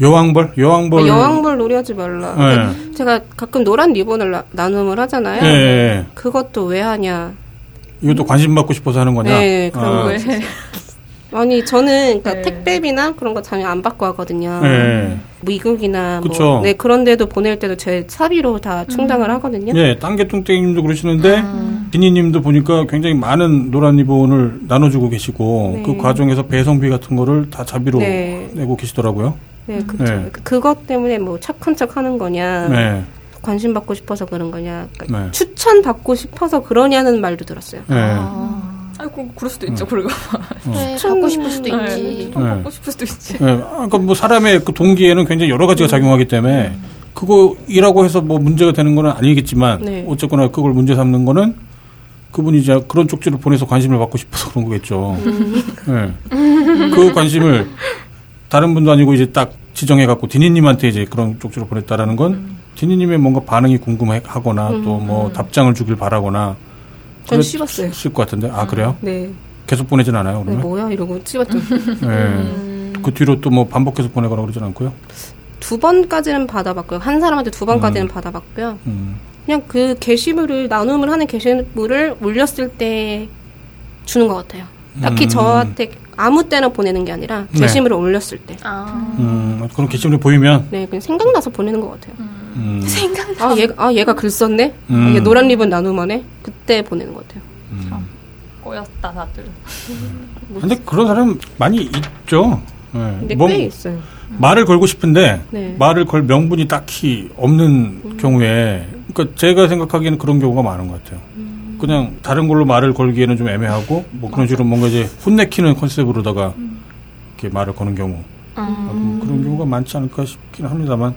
Speaker 3: 여왕벌, 여왕벌.
Speaker 2: 어, 여왕벌 네. 놀이하지 말라.
Speaker 3: 예.
Speaker 2: 근데 제가 가끔 노란 리본을 나, 나눔을 하잖아요.
Speaker 3: 예, 예.
Speaker 2: 그것도 왜 하냐.
Speaker 3: 이것도 관심 받고 싶어서 하는 거냐?
Speaker 2: 네, 그런
Speaker 3: 아,
Speaker 4: 왜?
Speaker 2: 아니 저는 그러니까
Speaker 4: 네.
Speaker 2: 택배비나 그런 거 전혀 안 받고 하거든요.
Speaker 3: 예.
Speaker 2: 미국이나
Speaker 3: 그쵸.
Speaker 2: 뭐, 네 그런데도 보낼 때도 제 사비로 다 충당을 하거든요.
Speaker 3: 예, 땅개뚱땡님도 그러시는데
Speaker 2: 아.
Speaker 1: 음.
Speaker 3: 비니님도 보니까 굉장히 많은 노란 리본을 나눠주고 계시고
Speaker 2: 네.
Speaker 3: 그 과정에서 배송비 같은 거를 다 자비로
Speaker 2: 네.
Speaker 3: 내고 계시더라고요.
Speaker 2: 네, 그쵸.
Speaker 3: 네.
Speaker 2: 그- 그것 때문에 뭐 착한 척 하는 거냐,
Speaker 3: 네,
Speaker 2: 관심 받고 싶어서 그런 거냐, 그러니까
Speaker 3: 네.
Speaker 2: 추천 받고 싶어서 그러냐는 말도 들었어요.
Speaker 3: 예.
Speaker 1: 어,
Speaker 4: 아이고 그럴 수도 있죠. 그리고
Speaker 1: 그래,
Speaker 2: 추천-
Speaker 1: 갖고 싶을 수도
Speaker 4: 네,
Speaker 1: 있지.
Speaker 4: 좀
Speaker 3: 음. 네.
Speaker 4: 갖고 싶을 수도 있지.
Speaker 3: 예, 아, 그러니까 뭐 사람의 그 동기에는 굉장히 여러 가지가 작용하기 때문에 그거이라고 해서 뭐 문제가 되는 건 아니겠지만
Speaker 2: 네.
Speaker 3: 어쨌거나 그걸 문제 삼는 거는 그분이 이제 그런 쪽지를 보내서 관심을 받고 싶어서 그런 거겠죠. 예. 그 관심을 다른 분도 아니고 이제 딱 지정해 갖고 디니님한테 이제 그런 쪽지를 보냈다라는 건 디니님의 뭔가 반응이 궁금하거나 또 뭐 답장을 주길 바라거나
Speaker 2: 전
Speaker 3: 그랬-
Speaker 2: 씹었어요.
Speaker 3: 있을 것 같은데 아 그래요?
Speaker 2: 네.
Speaker 3: 계속 보내진 않아요
Speaker 2: 네,
Speaker 3: 그러면?
Speaker 2: 뭐야 이러고
Speaker 3: <laughs>
Speaker 2: 씹었죠.
Speaker 3: 예.
Speaker 2: 음.
Speaker 3: 그 뒤로 또 뭐 반복해서 보내거나 그러진 않고요.
Speaker 2: 두 번까지는 받아봤고요. 한 사람한테 두 번까지는 받아봤고요.
Speaker 3: 음.
Speaker 2: 그냥 그 게시물을 나눔을 하는 게시물을 올렸을 때 주는 것 같아요. 딱히
Speaker 3: 음.
Speaker 2: 저한테 아무 때나 보내는 게 아니라
Speaker 3: 네.
Speaker 2: 게시물을 올렸을 때.
Speaker 4: 아.
Speaker 3: 음, 그런 게시물이 보이면,
Speaker 2: 네, 그냥 생각나서 보내는 것 같아요.
Speaker 3: 음,
Speaker 2: 아, 얘, 아 얘가 글 썼네.
Speaker 3: 음.
Speaker 2: 아, 얘 노란 리본 나눔하네. 그때 보내는 것 같아요.
Speaker 4: 꼬였다 다들.
Speaker 3: 근데 그런 사람 많이 있죠. 예.
Speaker 2: 근데
Speaker 3: 뭐,
Speaker 2: 꽤 있어요.
Speaker 3: 말을 걸고 싶은데,
Speaker 2: 네.
Speaker 3: 말을 걸 명분이 딱히 없는 경우에, 그러니까 제가 생각하기에는 그런 경우가 많은 것 같아요. 그냥 다른 걸로 말을 걸기에는 좀 애매하고, 뭐 그런 식으로 뭔가 이제 혼내키는 컨셉으로다가 이렇게 말을 거는 경우. 아, 뭐 그런 경우가 많지 않을까 싶긴 합니다만.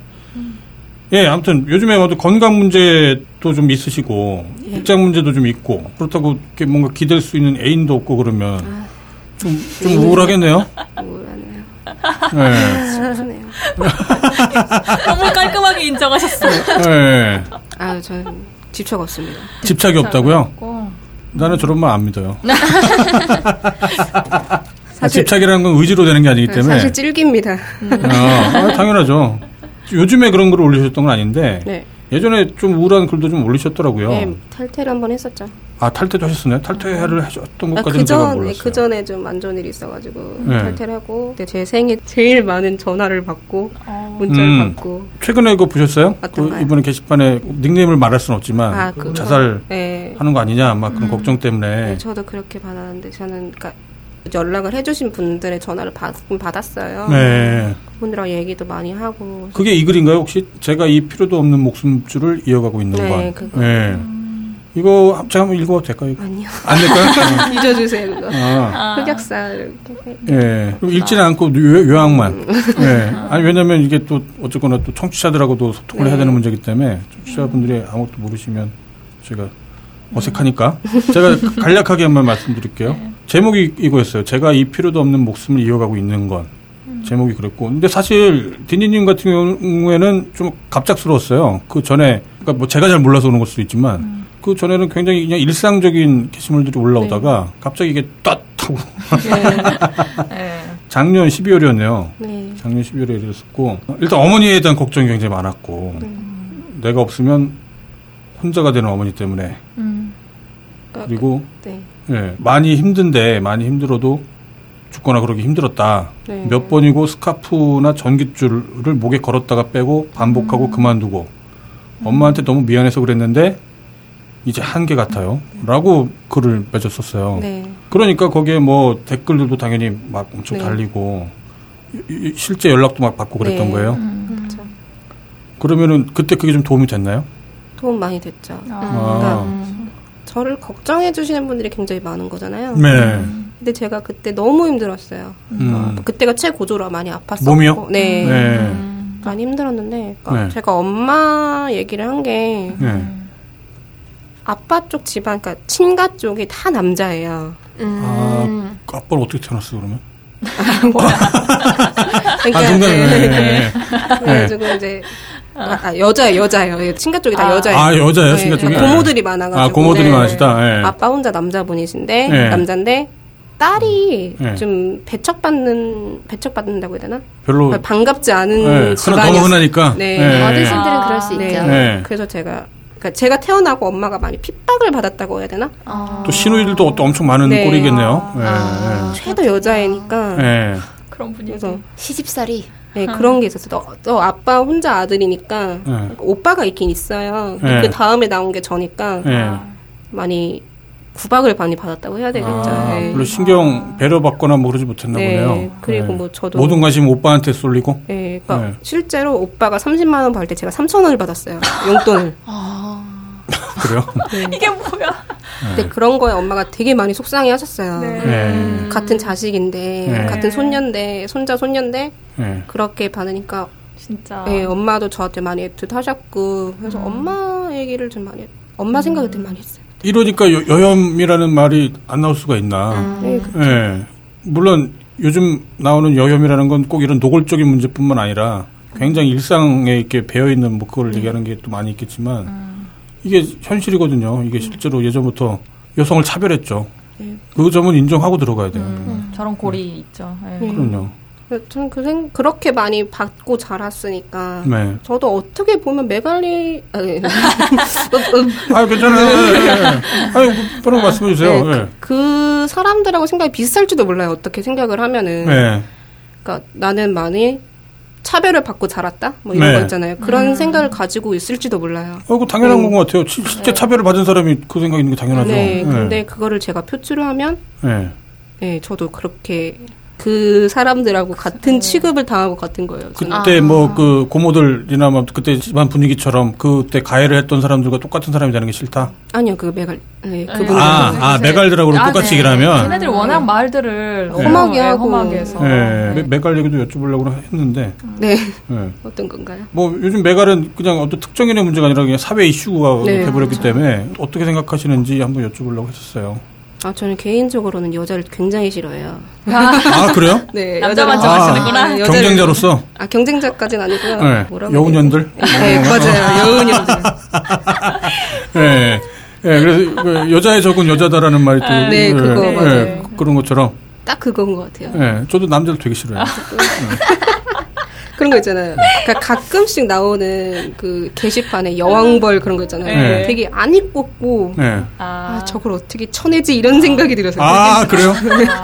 Speaker 3: 예, 아무튼 요즘에 아무튼 건강 문제도 좀 있으시고 직장 문제도 좀 있고 그렇다고 이렇게 뭔가 기댈 수 있는 애인도 없고 그러면 좀, 좀 우울하겠네요.
Speaker 2: 우울하네요. <laughs>
Speaker 3: 예.
Speaker 2: 슬프네요.
Speaker 4: 너무 깔끔하게 인정하셨어.
Speaker 3: 예.
Speaker 2: 아, 저는 집착 없습니다.
Speaker 3: 집착이 없다고요?
Speaker 4: 어,
Speaker 3: 나는 저런 말 안
Speaker 2: <laughs>
Speaker 3: 믿어요. 아,
Speaker 2: 사실-
Speaker 3: 집착이라는 건 의지로 되는 게 아니기
Speaker 2: 네,
Speaker 3: 때문에
Speaker 2: 사실
Speaker 3: <laughs>
Speaker 2: 찔깁니다.
Speaker 3: 어, 아, 당연하죠. 요즘에 그런 글을 올리셨던 건 아닌데
Speaker 2: 네.
Speaker 3: 예전에 좀 우울한 글도 좀 올리셨더라고요.
Speaker 2: 네, 탈퇴를 한번 했었죠.
Speaker 3: 아 탈퇴도 하셨었나요? 탈퇴를 하셨던
Speaker 2: 아,
Speaker 3: 것까지는
Speaker 2: 그
Speaker 3: 제가
Speaker 2: 전,
Speaker 3: 몰랐어요.
Speaker 2: 그 전에 좀 안 좋은 일이 있어가지고
Speaker 3: 네.
Speaker 2: 탈퇴를 하고 근데 제 생에 제일 많은 전화를 받고 문자를
Speaker 3: 음.
Speaker 2: 받고
Speaker 3: 최근에 그거 보셨어요?
Speaker 2: 어떤
Speaker 3: 그
Speaker 2: 거요?
Speaker 3: 이번에 게시판에 닉네임을 말할 수는 없지만
Speaker 2: 아, 그거.
Speaker 3: 자살하는
Speaker 2: 네.
Speaker 3: 거 아니냐 막 그런 걱정 때문에
Speaker 2: 네, 저도 그렇게 받았는데 저는 그러니까 연락을 해주신 분들의 전화를 받긴 받았어요.
Speaker 3: 네.
Speaker 2: 그분들하고 얘기도 많이 하고
Speaker 3: 그게 이 글인가요? 혹시 제가 이 필요도 없는 목숨줄을 이어가고 있는
Speaker 2: 네,
Speaker 3: 건.
Speaker 2: 그거.
Speaker 3: 네. 이거 제가 한번 읽어봐도 될까요? 이거?
Speaker 2: 아니요.
Speaker 3: 안
Speaker 2: <laughs>
Speaker 3: 될까요?
Speaker 2: 잊어주세요, 그거.
Speaker 3: 아,
Speaker 4: 아.
Speaker 2: 흑역살. 이렇게.
Speaker 3: 예. 그리고 읽지는 않고 요, 요약만. 예. 아니, 왜냐면 이게 또 어쨌거나 또 청취자들하고도 소통을 해야 되는 문제이기 때문에 청취자분들이 아무것도 모르시면 제가 어색하니까 제가 간략하게 한번 말씀드릴게요. 제목이 이거였어요. 제가 이 필요도 없는 목숨을 이어가고 있는 건. 제목이 그랬고. 근데 사실 디니님 같은 경우에는 좀 갑작스러웠어요. 그 전에, 그러니까 뭐 제가 잘 몰라서 그런 걸 수도 있지만 그 전에는 굉장히 그냥 일상적인 게시물들이 올라오다가 갑자기 이게 떳! 하고
Speaker 4: 예.
Speaker 3: 작년 12월이었네요.
Speaker 2: 네.
Speaker 3: 작년 12월에 이랬었고 일단 어머니에 대한 걱정이 굉장히 많았고 내가 없으면 혼자가 되는 어머니 때문에
Speaker 4: 음.
Speaker 3: 그리고
Speaker 2: 네.
Speaker 3: 예, 많이 힘든데 많이 힘들어도 죽거나 그러기 힘들었다.
Speaker 2: 네.
Speaker 3: 몇 번이고 스카프나 전깃줄을 목에 걸었다가 빼고 반복하고 그만두고 엄마한테 너무 미안해서 그랬는데 이제 한계 같아요. 라고 글을 맺었었어요.
Speaker 2: 네.
Speaker 3: 그러니까 거기에 뭐 댓글들도 당연히 막 엄청
Speaker 2: 네.
Speaker 3: 달리고 이- 이- 실제 연락도 막 받고 그랬던
Speaker 2: 네.
Speaker 3: 거예요.
Speaker 4: 음.
Speaker 2: 그렇죠.
Speaker 3: 그러면은 그때 그게 좀 도움이 됐나요?
Speaker 2: 도움 많이 됐죠.
Speaker 3: 아.
Speaker 4: 음.
Speaker 2: 저를 걱정해 주시는 분들이 굉장히 많은 거잖아요.
Speaker 3: 네.
Speaker 2: 근데 제가 그때 너무 힘들었어요.
Speaker 3: 음.
Speaker 2: 그때가 최고조라 많이 아팠었고.
Speaker 3: 몸이요?
Speaker 2: 네.
Speaker 3: 네.
Speaker 4: 음.
Speaker 2: 많이 힘들었는데 그러니까
Speaker 3: 네.
Speaker 2: 제가 엄마 얘기를 한 게
Speaker 3: 네.
Speaker 2: 아빠 쪽 집안 그러니까 친가 쪽이 다 남자예요.
Speaker 1: 음.
Speaker 2: 음.
Speaker 3: 아, 그 아빠는 어떻게 태어났어 그러면?
Speaker 2: 그러니까
Speaker 3: 아, 농담이에요.
Speaker 2: 네.
Speaker 3: 네. 네.
Speaker 2: 그래가지고 이제 아, 아, 여자예요, 여자예요. 친가 쪽이 다
Speaker 4: 아.
Speaker 2: 여자예요.
Speaker 3: 아, 여자예요,
Speaker 2: 네,
Speaker 3: 친가 쪽이?
Speaker 2: 고모들이 많아가지고.
Speaker 3: 아, 고모들이
Speaker 2: 네.
Speaker 3: 많으시다. 예.
Speaker 2: 아빠 혼자 남자분이신데
Speaker 3: 네.
Speaker 2: 남잔데 딸이
Speaker 3: 네.
Speaker 2: 좀 배척받는 배척받는다고 해야 되나?
Speaker 3: 별로
Speaker 2: 그러니까 반갑지 않은
Speaker 3: 예, 그러나 너무
Speaker 2: 집안이었어요.
Speaker 3: 흔하니까.
Speaker 2: 네.
Speaker 3: 예.
Speaker 1: 어르신들은 그럴 수
Speaker 2: 네.
Speaker 1: 있죠.
Speaker 3: 네.
Speaker 2: 그래서 제가 그러니까 제가 태어나고 엄마가 많이 핍박을 받았다고 해야 되나?
Speaker 1: 아.
Speaker 3: 또 신우일도 또 엄청 많은
Speaker 2: 네.
Speaker 3: 꼴이겠네요. 예,
Speaker 1: 아.
Speaker 2: 최도 여자애니까
Speaker 3: 예. 예.
Speaker 4: 그런 분위기.
Speaker 2: 그래서
Speaker 1: 시집살이.
Speaker 2: 네, 그런 게 있었어. 너, 너 아빠 혼자 아들이니까
Speaker 3: 네.
Speaker 2: 오빠가 있긴 있어요.
Speaker 3: 네.
Speaker 2: 그 다음에 나온 게 저니까
Speaker 3: 예.
Speaker 4: 아.
Speaker 2: 많이 구박을 많이 받았다고 해야 되겠죠.
Speaker 3: 아,
Speaker 2: 네.
Speaker 3: 별로 신경 배려받거나 뭐 그러지 못했나
Speaker 2: 네,
Speaker 3: 보네요.
Speaker 2: 그리고
Speaker 3: 예.
Speaker 2: 뭐 저도-
Speaker 3: 모든 관심 오빠한테 쏠리고. <laughs>
Speaker 2: 네, 그러니까
Speaker 3: 네.
Speaker 2: 실제로 오빠가 30만 원 받을 때 제가 3천 원을 받았어요.
Speaker 3: <laughs>
Speaker 2: 용돈을.
Speaker 3: 그래요?
Speaker 4: 이게 뭐야?
Speaker 3: 네.
Speaker 2: 근데 그런 거에 엄마가 되게 많이 속상해 하셨어요.
Speaker 4: 네.
Speaker 3: 예.
Speaker 2: 같은 자식인데,
Speaker 3: 네.
Speaker 2: 같은 손녀인데, 손자 손녀인데,
Speaker 3: 예.
Speaker 2: 그렇게 받으니까
Speaker 4: 진짜.
Speaker 2: 예, 엄마도 저한테 많이 애틋하셨고 그래서 엄마 얘기를 좀 많이 엄마 생각을 되게 많이 했어요.
Speaker 3: 이러니까 여, 여염이라는 말이 안 나올 수가 있나.
Speaker 2: 예,
Speaker 3: 예. 물론 요즘 나오는 여염이라는 건 꼭 이런 노골적인 문제뿐만 아니라 굉장히 일상에 이렇게 배어있는 뭐
Speaker 2: 네.
Speaker 3: 그걸 얘기하는 게 또 많이 있겠지만
Speaker 2: 아.
Speaker 3: 이게 현실이거든요. 이게 실제로 예전부터 여성을 차별했죠.
Speaker 2: 네.
Speaker 3: 그 점은 인정하고 들어가야 돼요.
Speaker 4: 음, 저런 고리 있죠. 예.
Speaker 2: 네.
Speaker 3: 그럼요.
Speaker 2: 그- 저는 그 생, 그렇게 많이 받고 자랐으니까
Speaker 3: 네.
Speaker 2: 저도 어떻게 보면 매갈리 아,
Speaker 3: <laughs>
Speaker 2: 예. 어,
Speaker 3: 아, 괜찮아요. 예, 예. 아니, 뭐, 바로 말씀해
Speaker 2: 네,
Speaker 3: 주세요. 예.
Speaker 2: 그, 그 사람들하고 생각이 비슷할지도 몰라요. 어떻게 생각을 하면은
Speaker 3: 예.
Speaker 2: 그러니까 나는 많이 차별을 받고 자랐다 뭐 이런
Speaker 3: 네.
Speaker 2: 거 있잖아요. 그런
Speaker 4: 음.
Speaker 2: 생각을 가지고 있을지도 몰라요.
Speaker 3: 어, 그 당연한
Speaker 2: 음.
Speaker 3: 건 것 같아요. 시- 실제 차별을 받은 사람이 그 생각 있는 게 당연하죠.
Speaker 2: 네,
Speaker 3: 예.
Speaker 2: 근데 그거를 제가 표출을 하면
Speaker 3: 예.
Speaker 2: 네, 저도 그렇게 그 사람들하고
Speaker 4: 네.
Speaker 2: 같은 취급을 당하고 같은 거예요. 저는.
Speaker 4: 아.
Speaker 3: 그때 뭐 그 고모들이나 뭐 그때 집안 분위기처럼 그때 가해를 했던 사람들과 똑같은 사람이 되는 게 싫다.
Speaker 2: 아니요, 그 메갈, 네,
Speaker 4: 아,
Speaker 2: 그분.
Speaker 3: 아,
Speaker 4: 네.
Speaker 3: 아 메갈들하고
Speaker 4: 아,
Speaker 3: 똑같이
Speaker 4: 네.
Speaker 3: 일하면.
Speaker 4: 걔네들 워낙 말들을
Speaker 2: 네. 험하게
Speaker 4: 예,
Speaker 2: 하고.
Speaker 4: 험하게 해서. 네.
Speaker 3: 예, 메- 메갈 얘기도 여쭤보려고 했는데,
Speaker 2: 네, <laughs>
Speaker 3: 예.
Speaker 2: 어떤 건가요?
Speaker 3: 뭐 요즘 메갈은 그냥 어떤 특정인의 문제가 아니라 그냥 사회 이슈가
Speaker 2: 네,
Speaker 3: 돼버렸기 때문에 어떻게 생각하시는지 한번 여쭤보려고 했었어요.
Speaker 2: 아, 저는 개인적으로는 여자를 굉장히 싫어해요.
Speaker 3: 아 그래요?
Speaker 2: 네,
Speaker 4: 남자만
Speaker 2: 여자를-
Speaker 4: 좋아하시는구나.
Speaker 2: 아, 여자를-
Speaker 3: 경쟁자로서
Speaker 2: 아, 경쟁자까지는 아니고요.
Speaker 3: 예.
Speaker 2: 뭐라고
Speaker 3: 여우년들.
Speaker 2: 해야 되지?
Speaker 3: <laughs>
Speaker 2: 네, 맞아요. 여운연들.
Speaker 3: 예. 예, 그래서 그 여자의 적은 여자다라는 말이 또
Speaker 2: 네,
Speaker 3: 예,
Speaker 2: 그거
Speaker 3: 예,
Speaker 2: 맞아요.
Speaker 3: 그런 것처럼
Speaker 2: 딱 그건 것 같아요.
Speaker 3: 예, 저도 남자를 되게 싫어해요.
Speaker 2: 그런 거 있잖아요. 그러니까 가끔씩 나오는 그 게시판에 여왕벌 그런 거 있잖아요.
Speaker 4: 네.
Speaker 2: 되게 안 입고
Speaker 3: 예.
Speaker 4: 아,
Speaker 2: 아, 저걸 어떻게 쳐내지 이런 생각이 들어서. <laughs>
Speaker 3: 아, 그래요?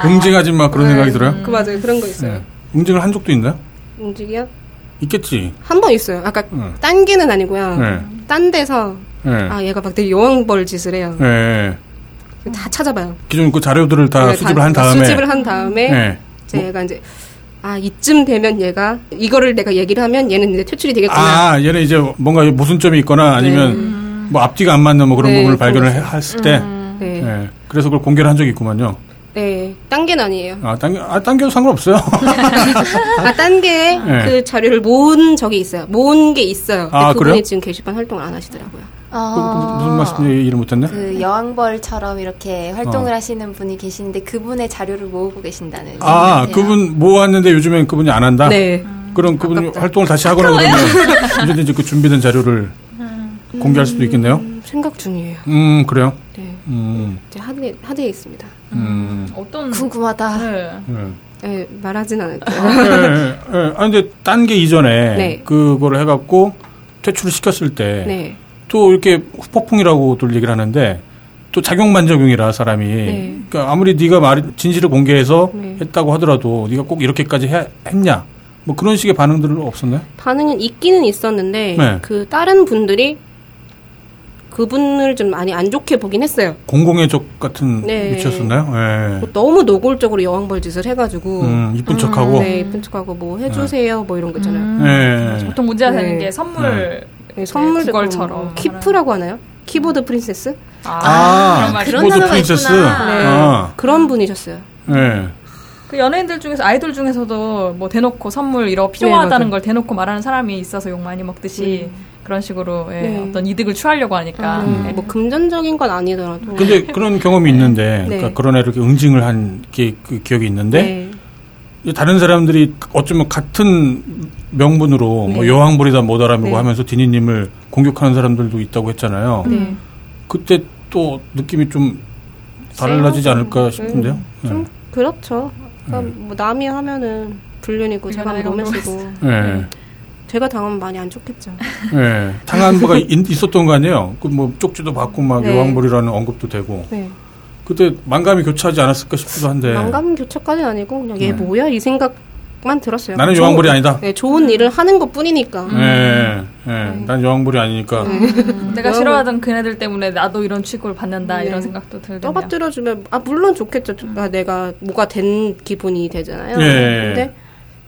Speaker 3: 응징하지 마 그런 생각이 들어요?
Speaker 2: 그 네. 맞아요. 그런 거 있어요.
Speaker 3: 예. 응징을 한 적도 있나요?
Speaker 2: 움직이요?
Speaker 3: 있겠지.
Speaker 2: 한 번 있어요. 아까
Speaker 3: 응.
Speaker 2: 딴 게는 아니고요.
Speaker 3: 네.
Speaker 2: 딴 데서
Speaker 3: 예.
Speaker 2: 아 얘가 막 되게 여왕벌 짓을 해요.
Speaker 3: 예.
Speaker 2: 다 찾아봐요.
Speaker 3: 기존 그 자료들을 다
Speaker 2: 네,
Speaker 3: 수집을
Speaker 2: 다-
Speaker 3: 한 다음에
Speaker 2: 수집을 한 다음에
Speaker 3: 예.
Speaker 2: 이제 얘가 이제 아 이쯤 되면 얘가 이거를 내가 얘기를 하면 얘는 이제 퇴출이 되겠구나.
Speaker 3: 아, 얘는 이제 뭔가 모순점이 있거나 아니면 뭐 앞뒤가 안 맞는 뭐 그런
Speaker 2: 네,
Speaker 3: 부분을
Speaker 2: 그런
Speaker 3: 발견을
Speaker 2: 거
Speaker 3: 해- 했을 때
Speaker 2: 네. 네.
Speaker 3: 예, 그래서 그걸 공개를 한 적이 있구만요.
Speaker 2: 딴게 는 아니에요.
Speaker 3: 아, 당겨, 아, 당겨도 상관없어요.
Speaker 2: 아, 딴 게 그
Speaker 3: 네.
Speaker 2: 자료를 모은 적이 있어요. 모은 게 있어요. 근데
Speaker 3: 아,
Speaker 2: 그분이
Speaker 3: 그래요?
Speaker 2: 지금 게시판 활동을 안 하시더라고요.
Speaker 3: <laughs>
Speaker 1: 아.
Speaker 3: 그 무슨 말씀인지 예, 이해를 못했네.
Speaker 1: 그 여왕벌처럼 이렇게
Speaker 3: 어.
Speaker 1: 활동을 하시는 분이 계시는데 그분의 자료를 모으고 계신다는.
Speaker 3: 아,
Speaker 1: 생각이네요.
Speaker 3: 그분 모았는데 요즘엔 그분이 안 한다?
Speaker 2: 네.
Speaker 3: 그럼 그분이 활동을 다시 하거나 그러면 <laughs> 언제든지 그 준비된 자료를 공개할 수도 있겠네요.
Speaker 2: 음, 생각 중이에요.
Speaker 3: 음, 그래요.
Speaker 2: 네.
Speaker 3: 음,
Speaker 2: 이제 하드에, 하드에 있습니다.
Speaker 3: 음.
Speaker 4: 어떤
Speaker 2: 아.
Speaker 1: 궁금하다.
Speaker 4: 네.
Speaker 3: 예.
Speaker 2: 네, 말하진 않을게요.
Speaker 3: 예, 예, 예. 아, 근데 딴 게 이전에
Speaker 2: 네.
Speaker 3: 그거를 해갖고 퇴출을 시켰을 때
Speaker 2: 네.
Speaker 3: 또 이렇게 후폭풍이라고들 얘기를 하는데 또 작용반작용이라 사람이
Speaker 2: 네.
Speaker 3: 그러니까 아무리 네가 말 진실을 공개해서
Speaker 2: 네.
Speaker 3: 했다고 하더라도 네가 꼭 이렇게까지 해- 했냐 뭐 그런 식의 반응들은 없었나요?
Speaker 2: 반응은 있기는 있었는데
Speaker 3: 네.
Speaker 2: 그 다른 분들이 그분을 좀 많이 안 좋게 보긴 했어요.
Speaker 3: 공공의 적 같은
Speaker 2: 네.
Speaker 3: 위치였었나요? 예.
Speaker 2: 너무 노골적으로 여왕벌 짓을 해가지고
Speaker 3: 음, 이쁜 척하고
Speaker 2: 네, 이쁜 척하고 뭐 해주세요 뭐 이런 거 있잖아요.
Speaker 4: 음.
Speaker 3: 예.
Speaker 4: 보통 문제가 되는
Speaker 2: 네.
Speaker 4: 게 선물
Speaker 2: 네, 선물 듣고
Speaker 4: 구걸처럼
Speaker 2: 뭐 키프라고 하나요? 키보드 프린세스
Speaker 3: 아,
Speaker 4: 말이-
Speaker 3: 키보드
Speaker 1: 그런 단어가
Speaker 3: 프린세스.
Speaker 1: 있구나.
Speaker 2: 네.
Speaker 3: 아,
Speaker 2: 그런 분이셨어요.
Speaker 3: 예.
Speaker 4: 그 연예인들 중에서 아이돌 중에서도 뭐 대놓고 선물 이러
Speaker 2: 네,
Speaker 4: 필요하다는
Speaker 2: 맞아요.
Speaker 4: 걸 대놓고 말하는 사람이 있어서 욕 많이 먹듯이 그런 식으로 예,
Speaker 2: 네.
Speaker 4: 어떤 이득을 취하려고 하니까
Speaker 3: 음.
Speaker 4: 예.
Speaker 2: 뭐 금전적인 건 아니더라도
Speaker 3: 근데 그런 경험이 있는데
Speaker 2: 뭐. 네.
Speaker 3: 그러니까 그런 애를 이렇게 응징을 한 게, 그 기억이 있는데
Speaker 2: 네.
Speaker 3: 다른 사람들이 어쩌면 같은 명분으로 뭐
Speaker 2: 네.
Speaker 3: 여왕벌이다 뭐다라고
Speaker 2: 네.
Speaker 3: 하면서 디니님을 공격하는 사람들도 있다고 했잖아요.
Speaker 2: 네.
Speaker 3: 그때 또 느낌이 좀 달라지지 않을까 싶은데요.
Speaker 2: 네, 좀 그렇죠. 그러니까
Speaker 3: 음.
Speaker 2: 뭐 남이 하면은 불륜이고 제가 하면
Speaker 4: 불륜이고
Speaker 2: 로맨스고
Speaker 3: 예. 예.
Speaker 2: 제가 당하면 많이 안 좋겠죠.
Speaker 3: 예. 당한 바가 있- 있었던 거 아니에요? 그 뭐 쪽지도 받고 막
Speaker 2: 네.
Speaker 3: 여왕벌이라는 언급도 되고
Speaker 2: 네.
Speaker 3: 그때 만감이 교차하지 않았을까 싶기도 한데
Speaker 2: 난감 교차까지는 아니고 그냥 얘
Speaker 3: 네.
Speaker 2: 뭐야 이 생각만 들었어요.
Speaker 3: 나는
Speaker 2: 좋은-
Speaker 3: 여왕벌이 아니다.
Speaker 2: 네, 좋은
Speaker 4: 음.
Speaker 2: 일을 하는 것 뿐이니까.
Speaker 3: 예,
Speaker 2: 음.
Speaker 3: 예.
Speaker 2: 네.
Speaker 3: 난 여왕벌이 아니니까.
Speaker 4: 네. 내가
Speaker 2: 그럼-
Speaker 4: 싫어하던 그네들 때문에 나도 이런 취급을 받는다
Speaker 2: 네.
Speaker 4: 이런 생각도 들더라고요.
Speaker 2: 떠받들어주면 아 물론 좋겠죠. 아, 내가 뭐가 된 기분이 되잖아요.
Speaker 3: 예.
Speaker 2: 근데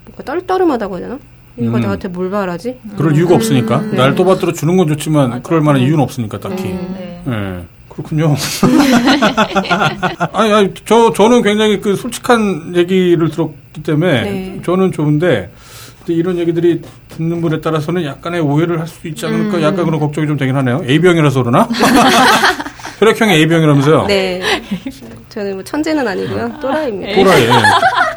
Speaker 2: 뭔가 떨떠름하다고 해야 되나? 이거
Speaker 3: 음.
Speaker 2: 나한테 뭘 바라지?
Speaker 3: 그럴 이유가 없으니까.
Speaker 2: 네. 음.
Speaker 3: 날 떠받들어 주는 건 좋지만 그럴 만한 이유는 없으니까 딱히.
Speaker 4: 네.
Speaker 3: 예. 그렇군요. <laughs> 아니, 아니, 저, 저는 굉장히 그 솔직한 얘기를 들었기 때문에
Speaker 2: 네.
Speaker 3: 저는 좋은데 근데 이런 얘기들이 듣는 분에 따라서는 약간의 오해를 할 수 있지 않을까
Speaker 2: 음.
Speaker 3: 약간 그런 걱정이 좀 되긴 하네요. A병이라서 그러나? <laughs> 혈액형이 A병이라면서요?
Speaker 2: 네. 저는 뭐 천재는 아니고요. 또라이입니다.
Speaker 4: 네.
Speaker 3: 또라이. 예.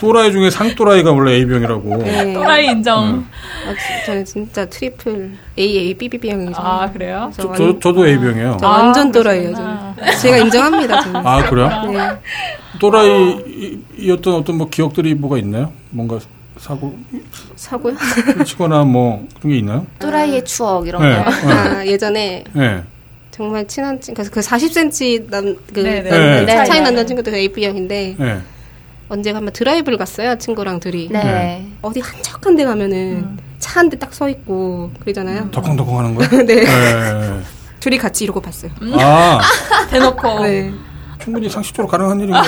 Speaker 3: 또라이 중에 상또라이가 원래 A병이라고.
Speaker 2: 네.
Speaker 4: 또라이 인정.
Speaker 3: 음.
Speaker 2: 아, 지- 저는 진짜 트리플 A A B B B 형이죠.
Speaker 4: 아 그래요?
Speaker 2: 그래서
Speaker 3: 저, 저, 저도 A병이에요.
Speaker 2: 저 완전 또라이예요. 저는. 제가 인정합니다.
Speaker 4: <laughs>
Speaker 2: 저는.
Speaker 3: 아, 그래요?
Speaker 2: 네.
Speaker 3: 또라이였던 어떤 뭐 기억들이 뭐가 있나요? 뭔가 사고
Speaker 2: 사고요. <laughs>
Speaker 3: 치거나 뭐 그런 게 있나요?
Speaker 1: 또라이의 추억 이런
Speaker 3: 네,
Speaker 1: 거.
Speaker 2: 아, 예전에
Speaker 3: 예. 예.
Speaker 2: 정말 친한 친구, 그래서 그 40cm 남, 그,
Speaker 4: 네, 네.
Speaker 2: 남-
Speaker 1: 네.
Speaker 2: 차이
Speaker 1: 네.
Speaker 2: 난다는 친구도 그 AP형인데,
Speaker 3: 예.
Speaker 2: 언제 가면 드라이브를 갔어요, 친구랑 둘이.
Speaker 1: 네.
Speaker 3: 네.
Speaker 2: 어디 한적한 데 가면은
Speaker 4: 음.
Speaker 2: 차 한 대 딱 서 있고, 그러잖아요.
Speaker 3: 음. 덕컹덕컹 하는 거?
Speaker 2: 음. <laughs> 네. 음.
Speaker 3: 예.
Speaker 2: 둘이 같이 이러고 봤어요.
Speaker 3: 아,
Speaker 4: 대놓고
Speaker 2: 네.
Speaker 3: 충분히 상식적으로 가능한 일인 것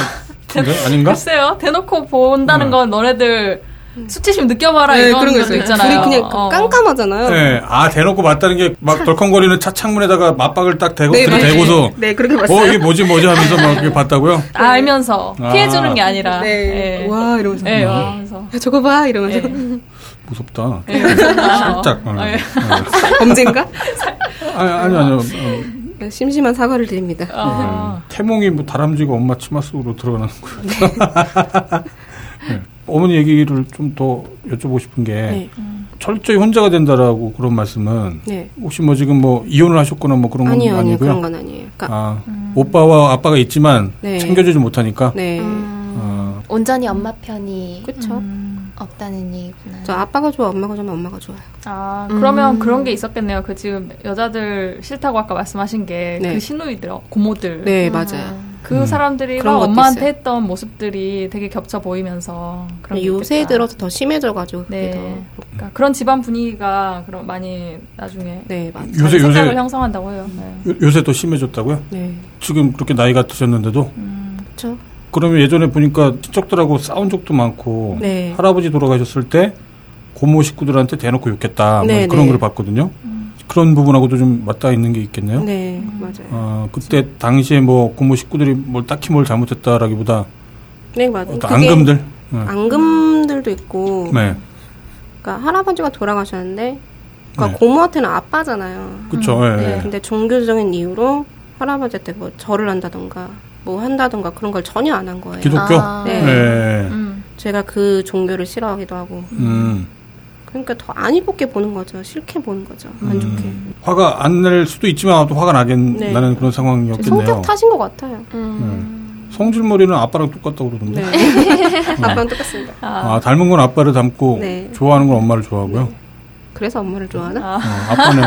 Speaker 3: 같은데? 아닌가?
Speaker 4: 글쎄요 대놓고 본다는
Speaker 3: 네.
Speaker 4: 건 너네들 수치심 느껴봐라
Speaker 2: 음. 네,
Speaker 4: 이런
Speaker 2: 그런 거
Speaker 4: 것도
Speaker 2: 있어요.
Speaker 4: 있잖아요.
Speaker 2: 둘이 그냥
Speaker 4: 어.
Speaker 2: 깜깜하잖아요.
Speaker 3: 예. 아, 대놓고 봤다는 게 막 덜컹거리는 차 창문에다가 맞박을 딱 대고,
Speaker 2: 네,
Speaker 3: 들이대고서,
Speaker 2: 네, 그렇게 봤어요.
Speaker 3: 어, 이게 뭐지, 뭐지 하면서 막 이렇게 봤다고요?
Speaker 4: 알면서
Speaker 3: 아.
Speaker 4: 피해주는 게 아니라
Speaker 2: 네.
Speaker 4: 예.
Speaker 2: 와, 네. 이러면서.
Speaker 4: 예, 와 하면서
Speaker 2: 야, 저거 봐! 이러면서.
Speaker 3: 네.
Speaker 2: <laughs>
Speaker 3: 무섭다.
Speaker 2: 네.
Speaker 4: 예,
Speaker 3: <laughs>
Speaker 4: 감사합니다.
Speaker 3: 살짝. 어.
Speaker 2: 아,
Speaker 4: 어, 예.
Speaker 3: 어.
Speaker 2: 언젠가? 그러니까
Speaker 3: 아니, 아니, 아니요. 어.
Speaker 2: 심심한 사과를 드립니다.
Speaker 3: 음.
Speaker 2: 아.
Speaker 4: 어.
Speaker 3: 태몽이 뭐 다람쥐가 엄마 치마 속으로 들어가는 거예요. <laughs> 네. 어머니 얘기를 좀 더 여쭤보고 싶은 게
Speaker 2: 네.
Speaker 3: 철저히 혼자가 된다라고 그런 말씀은
Speaker 2: 네.
Speaker 3: 혹시 뭐 지금 뭐 이혼을 하셨거나 뭐 그런 건
Speaker 2: 아니요, 아니요.
Speaker 3: 아니고요.
Speaker 2: 그런 건 아니에요. 그러니까,
Speaker 3: 아 오빠와 아빠가 있지만
Speaker 2: 네.
Speaker 3: 챙겨주지 못하니까.
Speaker 2: 네.
Speaker 4: 음.
Speaker 3: 아,
Speaker 1: 음, 온전히 엄마 편이
Speaker 2: 그쵸.
Speaker 1: 없다는 얘기구나.
Speaker 2: 저 아빠가 좋아, 엄마가 좋아, 엄마가 좋아요.
Speaker 4: 아, 그러면
Speaker 2: 음.
Speaker 4: 그런 게 있었겠네요. 그 지금 여자들 싫다고 아까 말씀하신 게 그
Speaker 2: 네.
Speaker 4: 신우이들, 고모들.
Speaker 2: 네, 맞아요.
Speaker 4: 그 사람들이
Speaker 2: 그런
Speaker 4: 막
Speaker 2: 것도
Speaker 4: 엄마한테
Speaker 2: 있어요. 네,
Speaker 4: 했던 모습들이 되게 겹쳐 보이면서 그런 게
Speaker 2: 요새
Speaker 4: 있겠다.
Speaker 2: 들어서 더 심해져가지고 그게
Speaker 4: 네.
Speaker 2: 더
Speaker 4: 그러니까 그런 집안 분위기가 그런 많이 나중에
Speaker 2: 네, 맞아요.
Speaker 3: 요새
Speaker 4: 생각을
Speaker 3: 요새
Speaker 4: 형성한다고 해요. 네.
Speaker 3: 요- 요새 더 심해졌다고요?
Speaker 2: 네.
Speaker 3: 지금 그렇게 나이가 드셨는데도
Speaker 4: 음,
Speaker 2: 그렇죠.
Speaker 3: 그러면 예전에 보니까 친척들하고 싸운 적도 많고
Speaker 2: 네.
Speaker 3: 할아버지 돌아가셨을 때 고모 식구들한테 대놓고 욕했다 뭐
Speaker 2: 네,
Speaker 3: 그런
Speaker 2: 네.
Speaker 4: 음.
Speaker 3: 걸 봤거든요. 그런 부분하고도 좀 맞닿아 있는 게 있겠네요.
Speaker 2: 네, 맞아요.
Speaker 3: 아, 그때 당시에 뭐 고모 식구들이 뭘 딱히 뭘 잘못했다라기보다
Speaker 2: 네, 맞아요.
Speaker 3: 어떤
Speaker 2: 그게
Speaker 3: 앙금들. 네.
Speaker 2: 앙금들도 있고,
Speaker 3: 네.
Speaker 2: 그러니까 할아버지가 돌아가셨는데, 그러니까
Speaker 3: 네.
Speaker 2: 고모한테는 아빠잖아요.
Speaker 3: 그쵸. 예.
Speaker 4: 네.
Speaker 2: 근데 종교적인 이유로 할아버지한테 뭐 절을 한다던가, 뭐 한다던가 그런 걸 전혀 안 한 거예요.
Speaker 3: 기독교.
Speaker 1: 아.
Speaker 3: 예.
Speaker 2: 네.
Speaker 4: 음.
Speaker 2: 제가 그 종교를 싫어하기도 하고.
Speaker 3: 음.
Speaker 2: 그러니까 더 안 이쁘게 보는 거죠. 싫게 보는 거죠. 안 좋게.
Speaker 3: 음. 화가 안 날 수도 있지만 또 화가 나긴
Speaker 2: 네.
Speaker 3: 나는 그런 상황이었겠네요. 음.
Speaker 2: 성격 탓인 것 같아요.
Speaker 3: 성질머리는 아빠랑 똑같다고 그러던데. <laughs>
Speaker 2: 네. <laughs> 아빠랑 똑같습니다.
Speaker 4: 아,
Speaker 3: 아, 닮은 건 아빠를 닮고
Speaker 2: 네.
Speaker 3: 좋아하는 건 엄마를 좋아하고요.
Speaker 2: 그래서 엄마를 좋아하나?
Speaker 3: 어, 아빠는.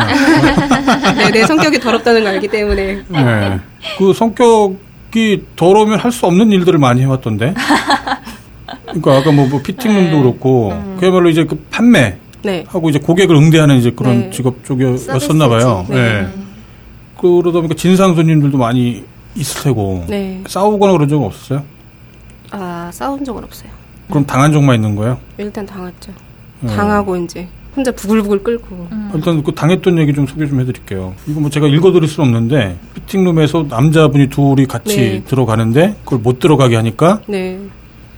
Speaker 2: 네, 내 성격이 더럽다는 걸 알기 때문에.
Speaker 3: 네. 그 성격이 더러우면 할 수 없는 일들을
Speaker 2: <laughs>
Speaker 3: 많이 해왔던데. 그러니까 아까 뭐, 뭐 피팅룸도 그렇고
Speaker 2: 음.
Speaker 3: 그야말로 이제 그 판매
Speaker 2: 네.
Speaker 3: 하고 이제 고객을 응대하는 이제 그런
Speaker 2: 네.
Speaker 3: 직업 쪽이었었나 봐요.
Speaker 2: 서비스지. 네.
Speaker 3: 네. 그러다 보니까 진상 손님들도 많이 있을 테고
Speaker 2: 네.
Speaker 3: 싸우거나 그런 적 없었어요?
Speaker 2: 아, 싸운 적은 없어요.
Speaker 3: 그럼 당한 적만 있는 거예요?
Speaker 2: 일단 당했죠.
Speaker 3: 네.
Speaker 2: 당하고 이제 혼자 부글부글 끓고.
Speaker 4: 음,
Speaker 3: 일단 그 당했던 얘기 좀 소개 좀 해드릴게요. 이거 뭐 제가 읽어드릴 수는 없는데 피팅룸에서 남자분이 둘이 같이
Speaker 2: 네.
Speaker 3: 들어가는데 그걸 못 들어가게 하니까
Speaker 2: 네.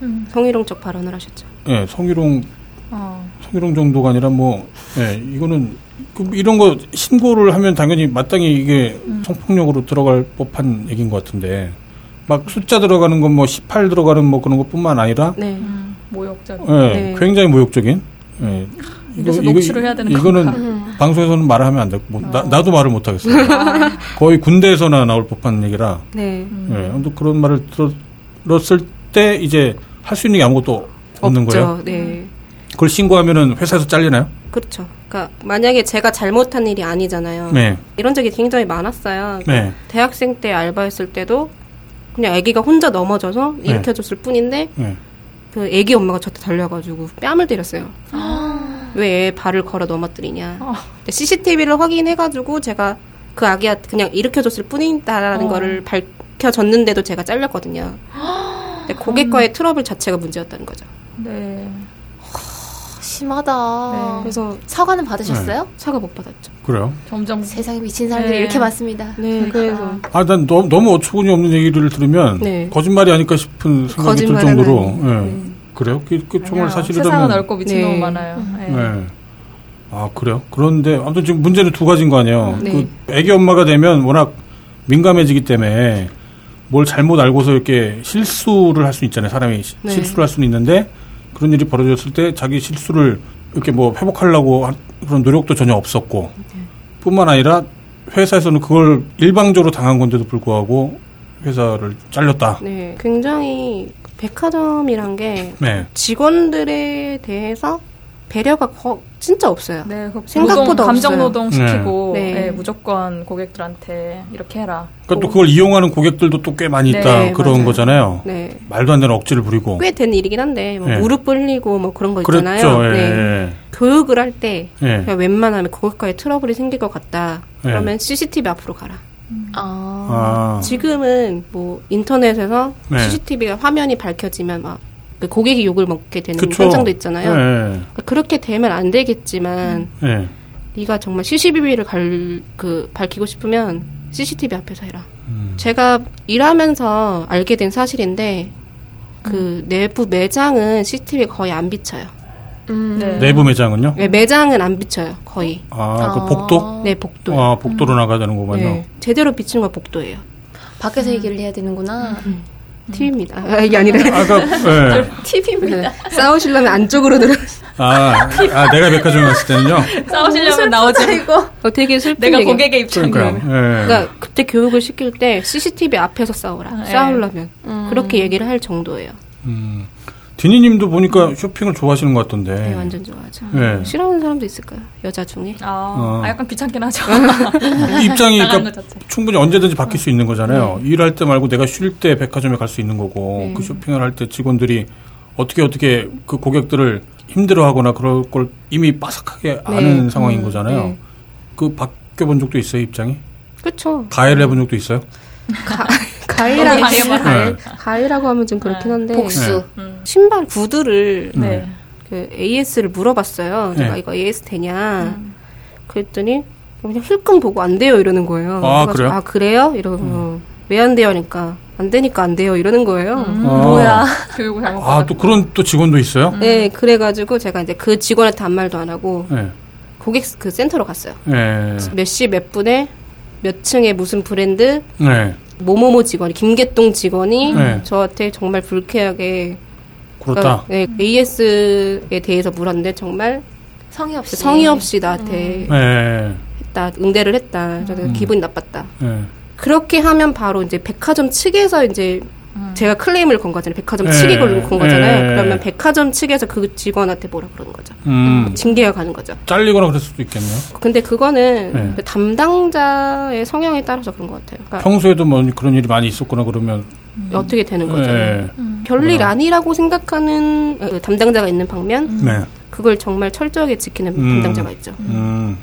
Speaker 4: 음.
Speaker 2: 성희롱적 발언을 하셨죠.
Speaker 3: 예, 성희롱
Speaker 4: 어.
Speaker 3: 성희롱 정도가 아니라 뭐 예, 이거는 그 이런 거 신고를 하면 당연히 마땅히 이게
Speaker 4: 음.
Speaker 3: 성폭력으로 들어갈 법한 얘기인 것 같은데 막 숫자 들어가는 건 뭐 18 들어가는 뭐 그런 것뿐만 아니라
Speaker 2: 네.
Speaker 4: 음. 모욕적.
Speaker 3: 예,
Speaker 2: 네.
Speaker 3: 굉장히 모욕적인 예.
Speaker 4: 이래서 녹취를 해야 되는
Speaker 3: 이거는
Speaker 4: 건가?
Speaker 3: 방송에서는 말을 하면 안 되고 뭐, 나, 나도 말을 못 하겠어요.
Speaker 4: <laughs> 아,
Speaker 3: 거의 군대에서나 나올 법한 얘기라.
Speaker 2: 네.
Speaker 4: 음.
Speaker 3: 예. 아무튼 그런 말을 들었을 때 이제 할 수 있는 게 아무것도 없는
Speaker 2: 없죠.
Speaker 3: 거예요. 음.
Speaker 2: 네.
Speaker 3: 그걸 신고하면은 회사에서 잘리나요?
Speaker 2: 그렇죠. 그러니까 만약에 제가 잘못한 일이
Speaker 4: 어.
Speaker 2: 아니잖아요.
Speaker 3: 네.
Speaker 2: 이런 적이 굉장히 많았어요. 그러니까
Speaker 3: 네.
Speaker 2: 대학생 때 알바했을 때도 그냥 아기가 혼자 넘어져서
Speaker 3: 네.
Speaker 2: 일으켜줬을 뿐인데
Speaker 3: 네.
Speaker 2: 그 아기 엄마가 저한테 달려가지고 뺨을 때렸어요. 아. 왜 발을 걸어 넘어뜨리냐.
Speaker 4: 어.
Speaker 2: CCTV를 확인해가지고 제가 그 아기한테 그냥 일으켜줬을 뿐이다라는
Speaker 4: 어.
Speaker 2: 거를 밝혀졌는데도 제가 잘렸거든요. 근데 고객과의 트러블 자체가 문제였다는 거죠.
Speaker 4: 네.
Speaker 1: 심하다.
Speaker 4: 네.
Speaker 2: 그- 그래서
Speaker 1: 사과는 받으셨어요?
Speaker 2: 사과 못 받았죠.
Speaker 3: 그래요.
Speaker 4: 점점
Speaker 1: 세상에 미친 사람들이
Speaker 4: 네.
Speaker 1: 이렇게 많습니다.
Speaker 2: 네, 그래서
Speaker 3: 아, 난 너, 무 어처구니 없는 얘기를 들으면
Speaker 2: 네.
Speaker 3: 거짓말이 아닐까 싶은 생각이 들
Speaker 2: 거짓말은
Speaker 3: 정도로. 예.
Speaker 2: 네.
Speaker 3: 그래요? 그, 그
Speaker 4: 아니야.
Speaker 3: 정말
Speaker 4: 세상은
Speaker 3: 사실이라면.
Speaker 4: 넓고 미친 놈
Speaker 2: 네.
Speaker 4: 많아요. 네.
Speaker 3: 예. 아, 그래요? 그런데 아무튼 지금 문제는 두 가지인 거 아니에요.
Speaker 2: 네.
Speaker 3: 그 애기 엄마가 되면 워낙 민감해지기 때문에 뭘 잘못 알고서 이렇게 실수를 할 수 있잖아요. 사람이 시-
Speaker 2: 네.
Speaker 3: 실수를 할 수는 있는데 그런 일이 벌어졌을 때 자기 실수를 이렇게 뭐 회복하려고 한 그런 노력도 전혀 없었고
Speaker 2: 네.
Speaker 3: 뿐만 아니라 회사에서는 그걸 일방적으로 당한 건데도 불구하고 회사를 잘렸다.
Speaker 2: 네, 굉장히 백화점이란 게
Speaker 3: 네.
Speaker 2: 직원들에 대해서 배려가 거- 진짜 없어요.
Speaker 4: 네, 그
Speaker 2: 생각보다
Speaker 4: 노동, 감정
Speaker 2: 없어요.
Speaker 4: 노동 시키고
Speaker 2: 네.
Speaker 4: 네.
Speaker 2: 네.
Speaker 4: 무조건 고객들한테 이렇게 해라.
Speaker 3: 그러니까 또 그걸 이용하는 고객들도 또 꽤 많이 있다
Speaker 2: 어. 네,
Speaker 3: 그런
Speaker 2: 맞아요.
Speaker 3: 거잖아요.
Speaker 2: 네.
Speaker 3: 말도 안 되는 억지를 부리고.
Speaker 2: 꽤 된 일이긴 한데 뭐
Speaker 3: 어. 네.
Speaker 2: 무릎 뿔리고 뭐 그런 거
Speaker 3: 그렇죠.
Speaker 2: 있잖아요.
Speaker 3: 예,
Speaker 2: 네. 그
Speaker 3: 예.
Speaker 2: 교육을 할 때
Speaker 3: 예.
Speaker 2: 웬만하면 고객과의 트러블이 생길 것 같다.
Speaker 3: 예.
Speaker 2: 그러면 CCTV 앞으로 가라.
Speaker 1: 아.
Speaker 3: 아,
Speaker 2: 지금은 뭐 인터넷에서
Speaker 3: 네.
Speaker 2: CCTV 화면이 밝혀지면 막그 고객이 욕을 먹게 되는
Speaker 3: 그쵸.
Speaker 2: 현장도 있잖아요.
Speaker 3: 예,
Speaker 2: 그러니까 그렇게 되면 안 되겠지만
Speaker 3: 예. 예.
Speaker 2: 네가 정말 CCTV를 갈, 그, 밝히고 싶으면 CCTV 앞에서 해라.
Speaker 3: 음.
Speaker 2: 제가 일하면서 알게 된 사실인데, 그, 내부 매장은 CCTV 거의 안 비쳐요.
Speaker 1: 음.
Speaker 4: 네.
Speaker 3: 내부 매장은요?
Speaker 2: 네, 매장은 안 비쳐요, 거의.
Speaker 3: 아, 그
Speaker 1: 아.
Speaker 3: 복도?
Speaker 2: 네, 복도요.
Speaker 3: 아, 복도로 나가자는거만요.
Speaker 2: 네, 제대로 비치는 건 복도예요.
Speaker 1: 밖에서 얘기를 해야
Speaker 2: 음,
Speaker 1: 되는구나.
Speaker 2: TV입니다. 아, 이게 아니라. 그
Speaker 3: 아까
Speaker 2: <laughs>
Speaker 3: 예.
Speaker 1: 팁입니다.
Speaker 2: 싸우시려면 안쪽으로 들어가서.
Speaker 3: 아, 아, 내가 백화점 갔을 때는요.
Speaker 4: 싸우시려면 나오지.
Speaker 1: 이거.
Speaker 2: 어, 되게 슬픈
Speaker 4: 내가
Speaker 2: 얘기예요.
Speaker 4: 고객의 입장이야.
Speaker 3: 그러니까요. 예.
Speaker 2: 그러니까 그때 교육을 시킬 때 CCTV 앞에서 싸우라.
Speaker 4: 네.
Speaker 2: 싸우려면. 그렇게 얘기를 할 정도예요.
Speaker 3: 음. 디니님도 보니까 쇼핑을 좋아하시는 것 같던데.
Speaker 2: 네, 완전 좋아하죠.
Speaker 3: 예.
Speaker 2: 싫어하는 사람도 있을까요? 여자 중에?
Speaker 4: 아,
Speaker 3: 어.
Speaker 4: 아, 약간 귀찮긴 하죠. <laughs>
Speaker 3: 이 입장이
Speaker 4: 나가는
Speaker 3: 그러니까
Speaker 4: 것 자체.
Speaker 3: 충분히 언제든지 바뀔
Speaker 2: 네.
Speaker 3: 수 있는 거잖아요. 일할 때 말고 내가 쉴 때 백화점에 갈 수 있는 거고
Speaker 2: 네.
Speaker 3: 그 쇼핑을 할 때 직원들이 어떻게 어떻게 그 고객들을 힘들어하거나 그럴 걸 이미 빠삭하게 아는 상황인 거잖아요.
Speaker 2: 네.
Speaker 3: 그 바뀌어본 적도 있어요 입장이?
Speaker 2: 그쵸.
Speaker 3: 가해를 해본 적도 있어요? 네.
Speaker 2: 가, 가위라고,
Speaker 4: 너무 가위가
Speaker 2: 가위,
Speaker 3: 많아요.
Speaker 2: 가위라고 하면 좀 그렇긴 한데.
Speaker 1: 복수.
Speaker 3: 네.
Speaker 4: 음.
Speaker 2: 신발 구두를
Speaker 4: 네.
Speaker 2: 그 AS를 물어봤어요.
Speaker 3: 네.
Speaker 2: 내가 이거 AS 되냐. 그랬더니 어, 그냥 힐끔 보고 안 돼요 이러는 거예요.
Speaker 3: 아,
Speaker 2: 그래가지고
Speaker 3: 그래요? 음.
Speaker 2: 아 그래요? 이러고 왜 안 돼요? 하니까 안 되니까 안 돼요 이러는 거예요.
Speaker 3: 음. 아. 뭐야.
Speaker 4: 교육을 잘못
Speaker 3: 아 또 그런 또 직원도 있어요?
Speaker 2: 네, 그래가지고 제가 이제 그 직원한테 아무 말도 안 하고
Speaker 3: 예.
Speaker 2: 고객 그 센터로 갔어요.
Speaker 3: 예.
Speaker 2: 몇 시 몇 분에 몇 층에 무슨 브랜드
Speaker 3: 예.
Speaker 2: 모모모 직원이 김계동 직원이
Speaker 3: 네.
Speaker 2: 저한테 정말 불쾌하게
Speaker 3: 그렇다.
Speaker 2: 네, AS에 대해서 물었는데 정말
Speaker 1: 성의 없이.
Speaker 2: 성의 없이 나한테
Speaker 3: 예.
Speaker 2: 했다 응대를 했다 저는
Speaker 3: 음.
Speaker 2: 기분이 나빴다
Speaker 3: 예.
Speaker 2: 그렇게 하면 바로 이제 백화점 측에서 이제 제가 클레임을 건 거잖아요 백화점
Speaker 3: 예.
Speaker 2: 측이 걸린 건 거잖아요
Speaker 3: 예.
Speaker 2: 그러면 백화점 측에서 그 직원한테 뭐라 그러는 거죠
Speaker 3: 음.
Speaker 2: 징계가 가는 거죠
Speaker 3: 잘리거나 그럴 수도 있겠네요.
Speaker 2: 근데 그거는
Speaker 3: 네.
Speaker 2: 담당자의 성향에 따라서 그런 것 같아요 그러니까
Speaker 3: 평소에도 뭐 그런 일이 많이 있었구나 그러면
Speaker 2: 어떻게 되는 거잖아요 음.
Speaker 3: 예.
Speaker 2: 별일 아니라고 생각하는 그 담당자가 있는 방면
Speaker 3: 네.
Speaker 2: 그걸 정말 철저하게 지키는
Speaker 3: 음.
Speaker 2: 담당자가 있죠.
Speaker 3: 음,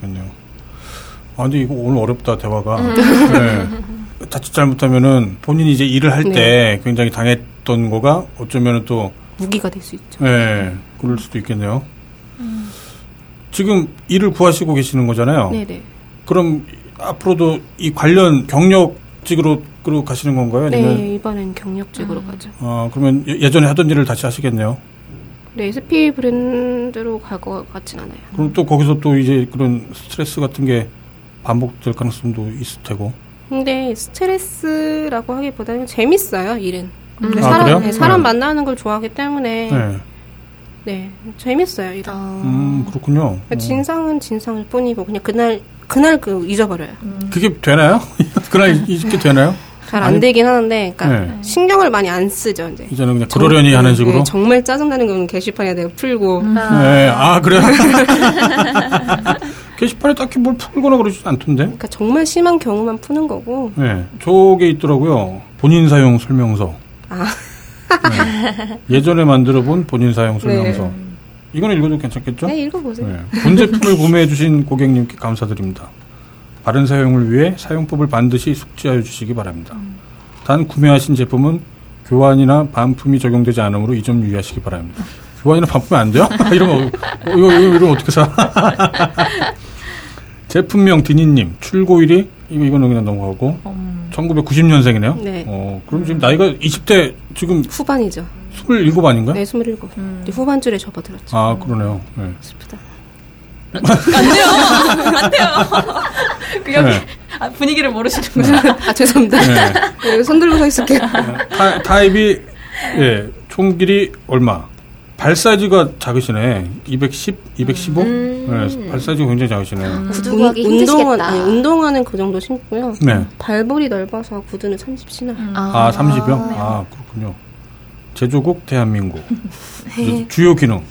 Speaker 3: 그렇군요. 아, 근데 이거 오늘 어렵다, 대화가.
Speaker 2: 음.
Speaker 3: 네. 자칫 잘못하면은 본인이 이제 일을 할 때
Speaker 2: 네.
Speaker 3: 굉장히 당했던 거가 어쩌면은 또,
Speaker 2: 무기가 될 수 있죠.
Speaker 3: 예, 그럴 수도 있겠네요. 지금 일을 구하시고 계시는 거잖아요.
Speaker 2: 음. 네네.
Speaker 3: 그럼 앞으로도 이 관련 경력직으로 끌고 가시는 건가요? 아니면,
Speaker 2: 네, 이번엔 경력직으로 가죠.
Speaker 3: 아, 그러면 예- 예전에 하던 일을 다시 하시겠네요.
Speaker 2: 네, SP 브랜드로 갈 것 같진 않아요.
Speaker 3: 그럼 또 거기서 또 이제 그런 스트레스 같은 게 반복될 가능성도 있을 테고.
Speaker 2: 근데 스트레스라고 하기보다는 재밌어요, 일은.
Speaker 4: 음.
Speaker 3: 아,
Speaker 2: 사람,
Speaker 3: 그래요?
Speaker 2: 네, 사람
Speaker 3: 네.
Speaker 2: 만나는 걸 좋아하기 때문에 네,
Speaker 3: 네.
Speaker 2: 재밌어요,
Speaker 1: 아.
Speaker 2: 일은.
Speaker 3: 음, 그렇군요.
Speaker 2: 그러니까 진상은 진상일 뿐이고 그냥 그날 그날 그 잊어버려요.
Speaker 3: 음. 그게 되나요? <laughs> 그날 이게 되나요?
Speaker 2: 잘 안
Speaker 3: 아니-
Speaker 2: 되긴 하는데, 그러니까
Speaker 3: 네.
Speaker 2: 신경을 많이 안 쓰죠 이제.
Speaker 3: 이제는 그냥 그러려니 하는 식으로.
Speaker 2: 네, 정말 짜증나는 거는 게시판에 내가 풀고
Speaker 3: 네, 아
Speaker 2: <laughs>
Speaker 3: 그래요. 게시판에 딱히 뭘 풀거나 그러지 않던데.
Speaker 2: 그러니까 정말 심한 경우만 푸는 거고
Speaker 3: 네, 저게 있더라고요. 본인 사용 설명서.
Speaker 2: 아.
Speaker 3: 네. 예전에 만들어본 본인 사용 설명서. 이거는 읽어도 괜찮겠죠?
Speaker 2: 네 읽어보세요
Speaker 3: 네. 본 제품을 구매해 주신 고객님께 감사드립니다. 바른 사용을 위해 사용법을 반드시 숙지하여 주시기 바랍니다. 단 구매하신 제품은 교환이나 반품이 적용되지 않으므로 이 점 유의하시기 바랍니다. 교환이나 반품이 안 돼요? <laughs> 이런 거 어, 이거 이거 이거 어떻게 사? <laughs> 제품명 디니님 출고일이 이거 이거는 그냥 넘어가고
Speaker 4: 음.
Speaker 3: 1990년생이네요.
Speaker 2: 네.
Speaker 3: 어 그럼 지금 나이가 20대 지금
Speaker 2: 후반이죠
Speaker 3: 27 아닌가요?
Speaker 2: 네 스물일곱
Speaker 1: 음.
Speaker 2: 이제 후반줄에 접어들었죠
Speaker 3: 아 그러네요. 네.
Speaker 2: 슬프다 <laughs>
Speaker 4: 그 여기
Speaker 3: 네.
Speaker 4: 아, 분위기를 모르시는구나.
Speaker 2: 아 죄송합니다
Speaker 3: 네.
Speaker 2: 네, 손 들고 서 있을게요
Speaker 3: 타, 타입이 예, 총 길이 얼마? 발 사이즈가 작으시네. 210, 215.
Speaker 2: 음.
Speaker 3: 예, 발 사이즈가 굉장히 작으시네. 아,
Speaker 1: 구두 구하기
Speaker 2: 운- 운동화-
Speaker 1: 힘드시겠다.
Speaker 2: 아니, 운동화는 그 정도 신고요
Speaker 3: 네.
Speaker 2: 발볼이 넓어서 구두는 30 신어요
Speaker 1: 음.
Speaker 3: 아, 30이요?
Speaker 2: 네.
Speaker 1: 네.
Speaker 3: 아, 그렇군요.
Speaker 2: <laughs>
Speaker 3: 제조국 대한민국. 주- 주요 기능.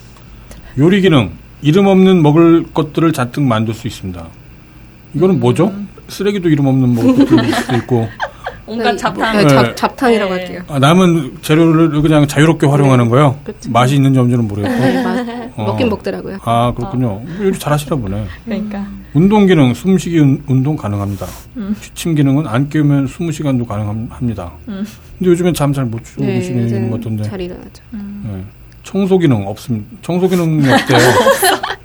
Speaker 3: 요리 기능. 이름 없는 먹을 것들을 잔뜩 만들 수 있습니다. 이거는 뭐죠?
Speaker 2: 음.
Speaker 3: 쓰레기도 이름 없는 먹을 것들 을 수도 있고
Speaker 4: 온갖 잡탕.
Speaker 2: 네,
Speaker 3: 네.
Speaker 2: 잡, 잡탕이라고
Speaker 4: 네.
Speaker 2: 할게요
Speaker 3: 아, 남은 재료를 그냥 자유롭게 활용하는 거예요. 맛이 있는지 없는지는 모르겠고.
Speaker 2: 네, 맛-
Speaker 3: 어.
Speaker 2: 먹긴 먹더라고요
Speaker 3: 아 그렇군요. 뭐 요리 잘하시나 보네.
Speaker 4: 그러니까.
Speaker 3: 운동 기능, 숨쉬기 운- 운동 가능합니다. 취침 기능은 안 깨우면 20시간도 가능합니다. 근데 요즘엔 잠 잘 못
Speaker 2: 네
Speaker 3: 주무시는
Speaker 2: 요즘
Speaker 3: 것 같던데.
Speaker 2: 잘 일어나죠
Speaker 3: 예. 청소 기능 없음. 청소 기능이 없대요.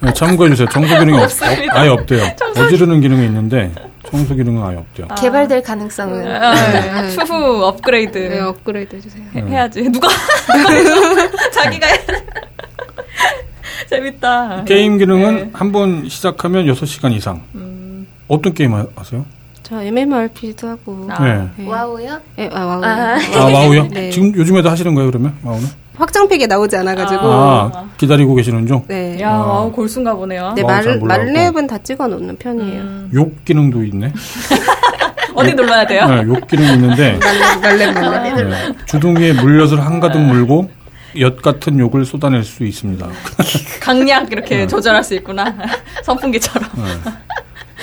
Speaker 3: 예, 참고해 주세요. 청소 기능이 없, 없- 아예 없대요. 어지르는 기능이 있는데 청소 기능은 아예 없대요.
Speaker 1: 개발될 가능성은.
Speaker 4: 아, 추후 업그레이드
Speaker 2: 네 업그레이드 해주세요
Speaker 4: 해- 해야지. <laughs> 누가 자기가 해. <laughs> 재밌다.
Speaker 3: 게임 기능은
Speaker 4: 네.
Speaker 3: 한 번 시작하면 6시간 이상. 어떤 게임 하- 하세요?
Speaker 2: 저 MMORPG도 하고
Speaker 4: 아.
Speaker 3: 예.
Speaker 2: 네.
Speaker 1: 와우요?
Speaker 2: 네, 아, 와우.
Speaker 1: 아.
Speaker 3: 아 와우요?
Speaker 2: 네.
Speaker 3: 지금 요즘에도 하시는 거예요 그러면 와우는?
Speaker 2: 확장팩에 나오지 않아가지고
Speaker 3: 아 기다리고 계시는 중.
Speaker 2: 네,
Speaker 4: 야,
Speaker 3: 아.
Speaker 4: 와우, 골순가 보네요.
Speaker 2: 네
Speaker 3: 와우,
Speaker 2: 말,
Speaker 3: 잘 몰라갖고.
Speaker 2: 말랩은 다 찍어 놓는 편이에요
Speaker 1: 음.
Speaker 3: 욕 기능도 있네.
Speaker 4: 어디 놀러야 돼요?
Speaker 3: 네, 욕 기능이
Speaker 2: <laughs>
Speaker 3: 있는데
Speaker 2: 말랩 말랩 말랩
Speaker 3: 네, 주둥이에 물엿을 한가득
Speaker 2: 네.
Speaker 3: 물고 엿 같은 욕을 쏟아낼 수 있습니다. <laughs>
Speaker 4: 강약 이렇게
Speaker 3: 어.
Speaker 4: 조절할 수 있구나. <laughs> 선풍기처럼.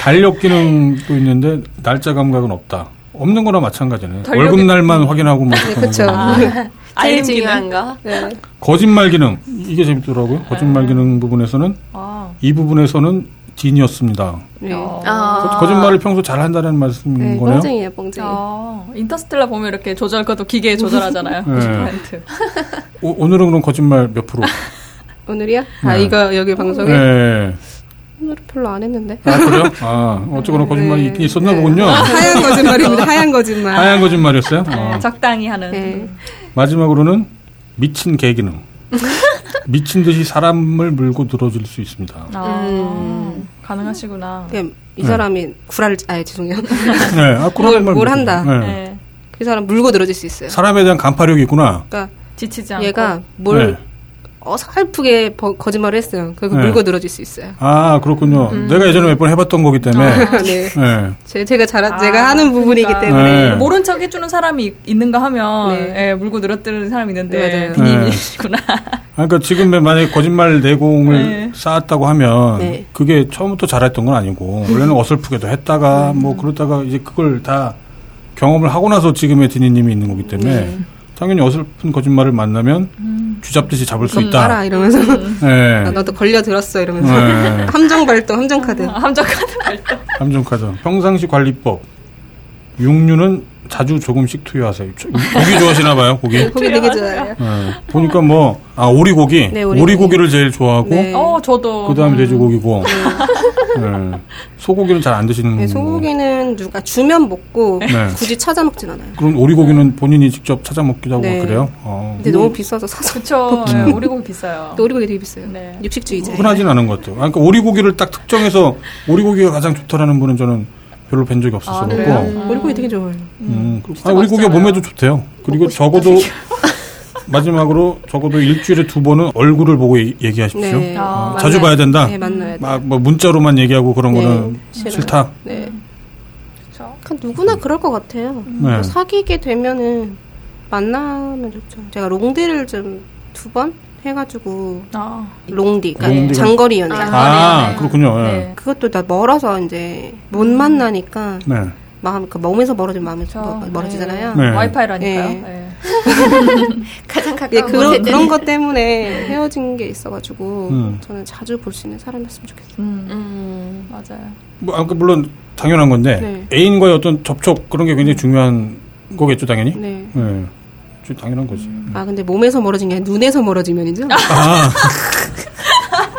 Speaker 3: 달력 기능도 있는데 날짜 감각은 없다. 없는 거나 마찬가지네.
Speaker 4: 달력이-
Speaker 3: 월급날만 확인하고 뭐
Speaker 2: 네,
Speaker 3: 그러는
Speaker 2: 그쵸.
Speaker 3: 거고.
Speaker 1: 제일
Speaker 4: <laughs> 아이엠
Speaker 1: 중요한
Speaker 4: 기능.
Speaker 1: 거.
Speaker 2: <laughs> 네.
Speaker 3: 거짓말 기능 이게 재밌더라고요. 거짓말 기능 부분에서는
Speaker 4: 아.
Speaker 3: 이 부분에서는 진이었습니다.
Speaker 2: 네.
Speaker 4: 어.
Speaker 1: 아.
Speaker 3: 거짓말을 평소 잘 한다는 말씀인
Speaker 2: 네,
Speaker 3: 거네요.
Speaker 2: 뻥쟁이에요, 뻥쟁이.
Speaker 5: 어.
Speaker 4: 아, 인터스텔라 보면 이렇게 조절 것도 기계에 조절하잖아요.
Speaker 3: 네.
Speaker 4: 90%.
Speaker 3: 오, 오늘은 그럼 거짓말 몇 프로?
Speaker 2: 오늘이야? 아,
Speaker 3: 네.
Speaker 2: 이거 여기 방송에?
Speaker 3: 네.
Speaker 2: 오늘 별로 안 했는데.
Speaker 3: 아, 그래요? 아, 어쨌거나 거짓말이 있긴 있었나
Speaker 2: 네.
Speaker 3: 보군요.
Speaker 5: <laughs> 하얀 거짓말입니다. 하얀 거짓말.
Speaker 3: 하얀 거짓말이었어요?
Speaker 2: 아.
Speaker 4: 네,
Speaker 3: 어.
Speaker 4: 적당히 하는.
Speaker 2: 네.
Speaker 3: 마지막으로는 미친 개기능. <laughs> 미친 듯이 사람을 물고 늘어질 수
Speaker 2: <laughs>
Speaker 3: 있습니다.
Speaker 4: 아,
Speaker 2: 음.
Speaker 4: 가능하시구나. 네.
Speaker 2: 그냥 이 사람이 구라를, 아 죄송해요. <laughs>
Speaker 3: 네, 아, 그런
Speaker 2: 뭘-
Speaker 3: 말
Speaker 2: 뭘
Speaker 3: 모르겠어요.
Speaker 2: 한다.
Speaker 3: 네.
Speaker 2: 그 사람 물고 늘어질 수 있어요.
Speaker 3: 사람에 대한 간파력이 있구나.
Speaker 2: 그러니까
Speaker 4: 지치지 않고.
Speaker 2: 얘가 뭘
Speaker 3: 네.
Speaker 2: 어설프게 버- 거짓말을 했어요. 그리고
Speaker 3: 네.
Speaker 2: 물고 늘어질 수 있어요.
Speaker 3: 아, 그렇군요.
Speaker 2: 음.
Speaker 3: 내가 예전에 몇 번 해봤던 거기
Speaker 2: <laughs>
Speaker 3: 때문에.
Speaker 2: 네.
Speaker 3: 네.
Speaker 2: 제, 제가 잘,
Speaker 4: 아,
Speaker 2: 제가 하는 부분이기
Speaker 4: 그러니까.
Speaker 2: 때문에.
Speaker 3: 네.
Speaker 4: 모른 척 해주는 사람이 있- 있는가 하면
Speaker 2: 네.
Speaker 4: 예, 물고 늘어뜨리는 사람이 있는데
Speaker 2: 맞아요.
Speaker 4: 비님이시구나.
Speaker 3: 아, 그러니까 지금 만약에 거짓말 내공을
Speaker 4: 네.
Speaker 3: 쌓았다고 하면
Speaker 2: 네.
Speaker 3: 그게 처음부터 잘했던 건 아니고 원래는 어설프게도 했다가
Speaker 2: 음.
Speaker 3: 뭐 그러다가 이제 그걸 다 경험을 하고 나서 지금의 디니님이 있는 거기 때문에
Speaker 2: 네.
Speaker 3: 당연히 어설픈 거짓말을 만나면
Speaker 2: 음.
Speaker 3: 쥐잡듯이 잡을 수
Speaker 2: 넌
Speaker 3: 있다.
Speaker 2: 알아 이러면서
Speaker 3: 예.
Speaker 2: 아, 너도 걸려 들었어 이러면서 <laughs>
Speaker 3: 네.
Speaker 5: 함정 발동, 함정
Speaker 2: 네.
Speaker 5: 카드.
Speaker 4: <laughs> 함정카드
Speaker 3: 함정카드. 평상시 관리법. 육류는 자주 조금씩 투여하세요. 조- 고기 좋아하시나 봐요, 고기.
Speaker 5: 고기 되게 좋아요.
Speaker 3: 예. 보니까 뭐, 아, 오리고기.
Speaker 2: 네, 오리고기.
Speaker 3: 오리고기. 를 제일 좋아하고,
Speaker 2: 네.
Speaker 4: 어, 저도.
Speaker 3: 그 다음에 돼지고기고, 예. 소고기는 잘 안 드시는
Speaker 2: 네,
Speaker 3: 거고.
Speaker 2: 소고기는 누가 주면 먹고
Speaker 3: 음. 네.
Speaker 2: 굳이 찾아 먹진 않아요.
Speaker 3: 그럼 오리고기는 본인이 직접 찾아 먹기도 하고
Speaker 2: 네.
Speaker 3: 그래요? 어.
Speaker 2: 근데 너무 비싸서 사서
Speaker 4: 그쵸. 예,
Speaker 3: 음.
Speaker 4: 오리고기 비싸요.
Speaker 2: 또 오리고기 되게 비싸요.
Speaker 4: 네.
Speaker 2: 육식주의자.
Speaker 3: 흔하진 않은 것 같아요. 아, 그러니까 오리고기를 딱 특정해서 오리고기가 가장 좋다라는 분은 저는 별로 뵌 적이
Speaker 4: 아,
Speaker 3: 없었어 갖고.
Speaker 4: 그래요?
Speaker 2: 음. 오리고기 되게 좋아요.
Speaker 3: 음, 그리고- 아, 오리고기가
Speaker 4: 맛있잖아요.
Speaker 3: 몸에도 좋대요. 그리고 적어도 <laughs> 마지막으로 적어도 일주일에 두 번은 얼굴을 보고 얘- 얘기하십시오.
Speaker 2: 네.
Speaker 4: 아,
Speaker 3: 어, 자주 봐야 된다.
Speaker 2: 네, 만나야 돼.
Speaker 3: 막 뭐 문자로만 얘기하고 그런
Speaker 2: 네,
Speaker 3: 거는
Speaker 2: 싫어요.
Speaker 3: 싫다.
Speaker 2: 네.
Speaker 4: 그쵸.
Speaker 2: 그냥 그러니까 누구나 그럴 것 같아요.
Speaker 3: 네.
Speaker 2: 사귀게 되면은 만나면 좋죠. 제가 롱디를 좀 두 번 해가지고
Speaker 4: 아,
Speaker 2: 롱디, 그러니까
Speaker 3: 롱디가-
Speaker 2: 장거리 연애.
Speaker 3: 아,
Speaker 4: 아, 네.
Speaker 3: 그렇군요. 예.
Speaker 4: 네.
Speaker 2: 그것도 나 멀어서 이제 못 만나니까
Speaker 3: 네.
Speaker 2: 마음, 그 몸에서 멀어지면 마음이
Speaker 4: 그쵸.
Speaker 2: 뭐, 멀- 멀어지잖아요.
Speaker 3: 네.
Speaker 4: 와이파이라니까요.
Speaker 2: 네.
Speaker 4: 예.
Speaker 1: 가장
Speaker 2: 예,
Speaker 1: 가까운
Speaker 2: 그런,
Speaker 1: 곳에
Speaker 2: 그런 것 때문에 헤어진 게 있어가지고
Speaker 3: 음.
Speaker 2: 저는 자주 볼 수 있는 사람이었으면 좋겠어요.
Speaker 4: 음,
Speaker 1: 음,
Speaker 4: 맞아요.
Speaker 3: 뭐, 아, 그 물론 당연한 건데
Speaker 2: 네.
Speaker 3: 애인과의 어떤 접촉 그런 게 굉장히 중요한 거겠죠, 당연히.
Speaker 2: 네.
Speaker 3: 예. 좀 당연한 거지.
Speaker 2: 아 근데 몸에서 멀어진 게 아니라 눈에서 멀어지면이죠.
Speaker 3: 아.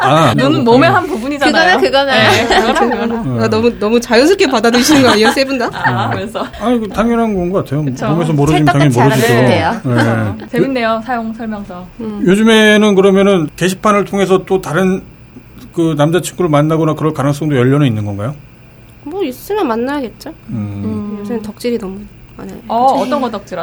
Speaker 3: 아,
Speaker 4: 눈은 몸의 한 부분이잖아요.
Speaker 1: 그거나 그거나.
Speaker 4: 예, 그거나 그거나.
Speaker 3: 네.
Speaker 2: 아, 너무 너무 자연스럽게 받아들이시는 거 아니에요, 세 분 다?
Speaker 4: 아, 그래서.
Speaker 3: 아니, 그 당연한 건 것 같아요.
Speaker 4: 그쵸.
Speaker 3: 몸에서 모르지면 당연히
Speaker 1: 찰떡같이
Speaker 3: 모르죠.
Speaker 1: 알아들어야
Speaker 4: 어, <laughs> 재밌네요, 사용 설명서.
Speaker 3: 요즘에는 그러면은 게시판을 통해서 또 다른 그 남자친구를 만나거나 그럴 가능성도 열려는 있는 건가요?
Speaker 2: 뭐 있으면 만나야겠죠.
Speaker 3: 음.
Speaker 2: 요새는 덕질이 너무 많아요.
Speaker 4: 어, 어떤 거 덕질하세요?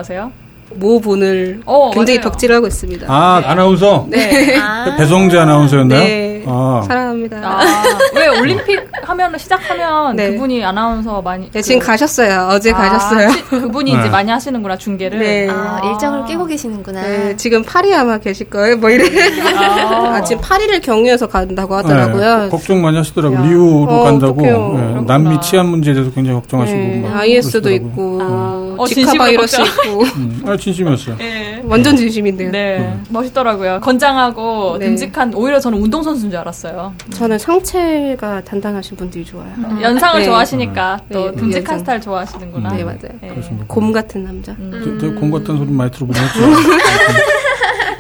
Speaker 2: 모 본을
Speaker 4: 어,
Speaker 2: 굉장히
Speaker 4: 맞아요.
Speaker 2: 덕질하고 있습니다.
Speaker 3: 아, 아나운서? 그
Speaker 4: 네.
Speaker 1: 아,
Speaker 3: 배성재 아나운서였나요?
Speaker 2: 네.
Speaker 3: 아.
Speaker 2: 사랑합니다.
Speaker 4: 아, 왜 올림픽 하면 시작하면
Speaker 2: 네.
Speaker 4: 그분이 아나운서 많이
Speaker 2: 네, 지금
Speaker 4: 그-
Speaker 2: 가셨어요. 어제
Speaker 4: 아,
Speaker 2: 가셨어요.
Speaker 4: 시- 그분이
Speaker 3: 네.
Speaker 4: 이제 많이 하시는구나 중계를.
Speaker 2: 네.
Speaker 1: 아, 일정을 끼고 계시는구나.
Speaker 2: 네, 지금 파리 아마 계실 거예요. 뭐 이래. <laughs> 아, 지금 파리를 경유해서 간다고 하더라고요.
Speaker 3: 네, 걱정 많이 하시더라고요. 리우로
Speaker 2: 어,
Speaker 3: 간다고.
Speaker 2: 어떡해요.
Speaker 3: 네,
Speaker 4: 그렇구나.
Speaker 3: 남미 치안 문제에 대해서 굉장히 걱정하시고.
Speaker 2: 네,
Speaker 3: 막
Speaker 2: IS도
Speaker 3: 그러시더라고요.
Speaker 2: 있고,
Speaker 4: 어,
Speaker 2: 지카 바이러스 있고,
Speaker 3: 음, 아, 진심이었어요.
Speaker 4: 네.
Speaker 2: 완전 진심인데요.
Speaker 4: 네.
Speaker 3: 음.
Speaker 4: 멋있더라고요. 건장하고
Speaker 2: 네.
Speaker 4: 듬직한 오히려 저는 운동선수인 줄 알았어요.
Speaker 2: 저는 상체가 단단하신 분들이 좋아요.
Speaker 4: 연상을
Speaker 2: 네.
Speaker 4: 좋아하시니까 또
Speaker 2: 네,
Speaker 4: 듬직한
Speaker 2: 연상.
Speaker 4: 스타일 좋아하시는구나.
Speaker 2: 네, 맞아요.
Speaker 4: 네.
Speaker 3: 음. 그렇습니다.
Speaker 2: 곰 음. 같은 남자.
Speaker 3: 되- 되게 공 같다는 소리 많이 들어보긴 했죠.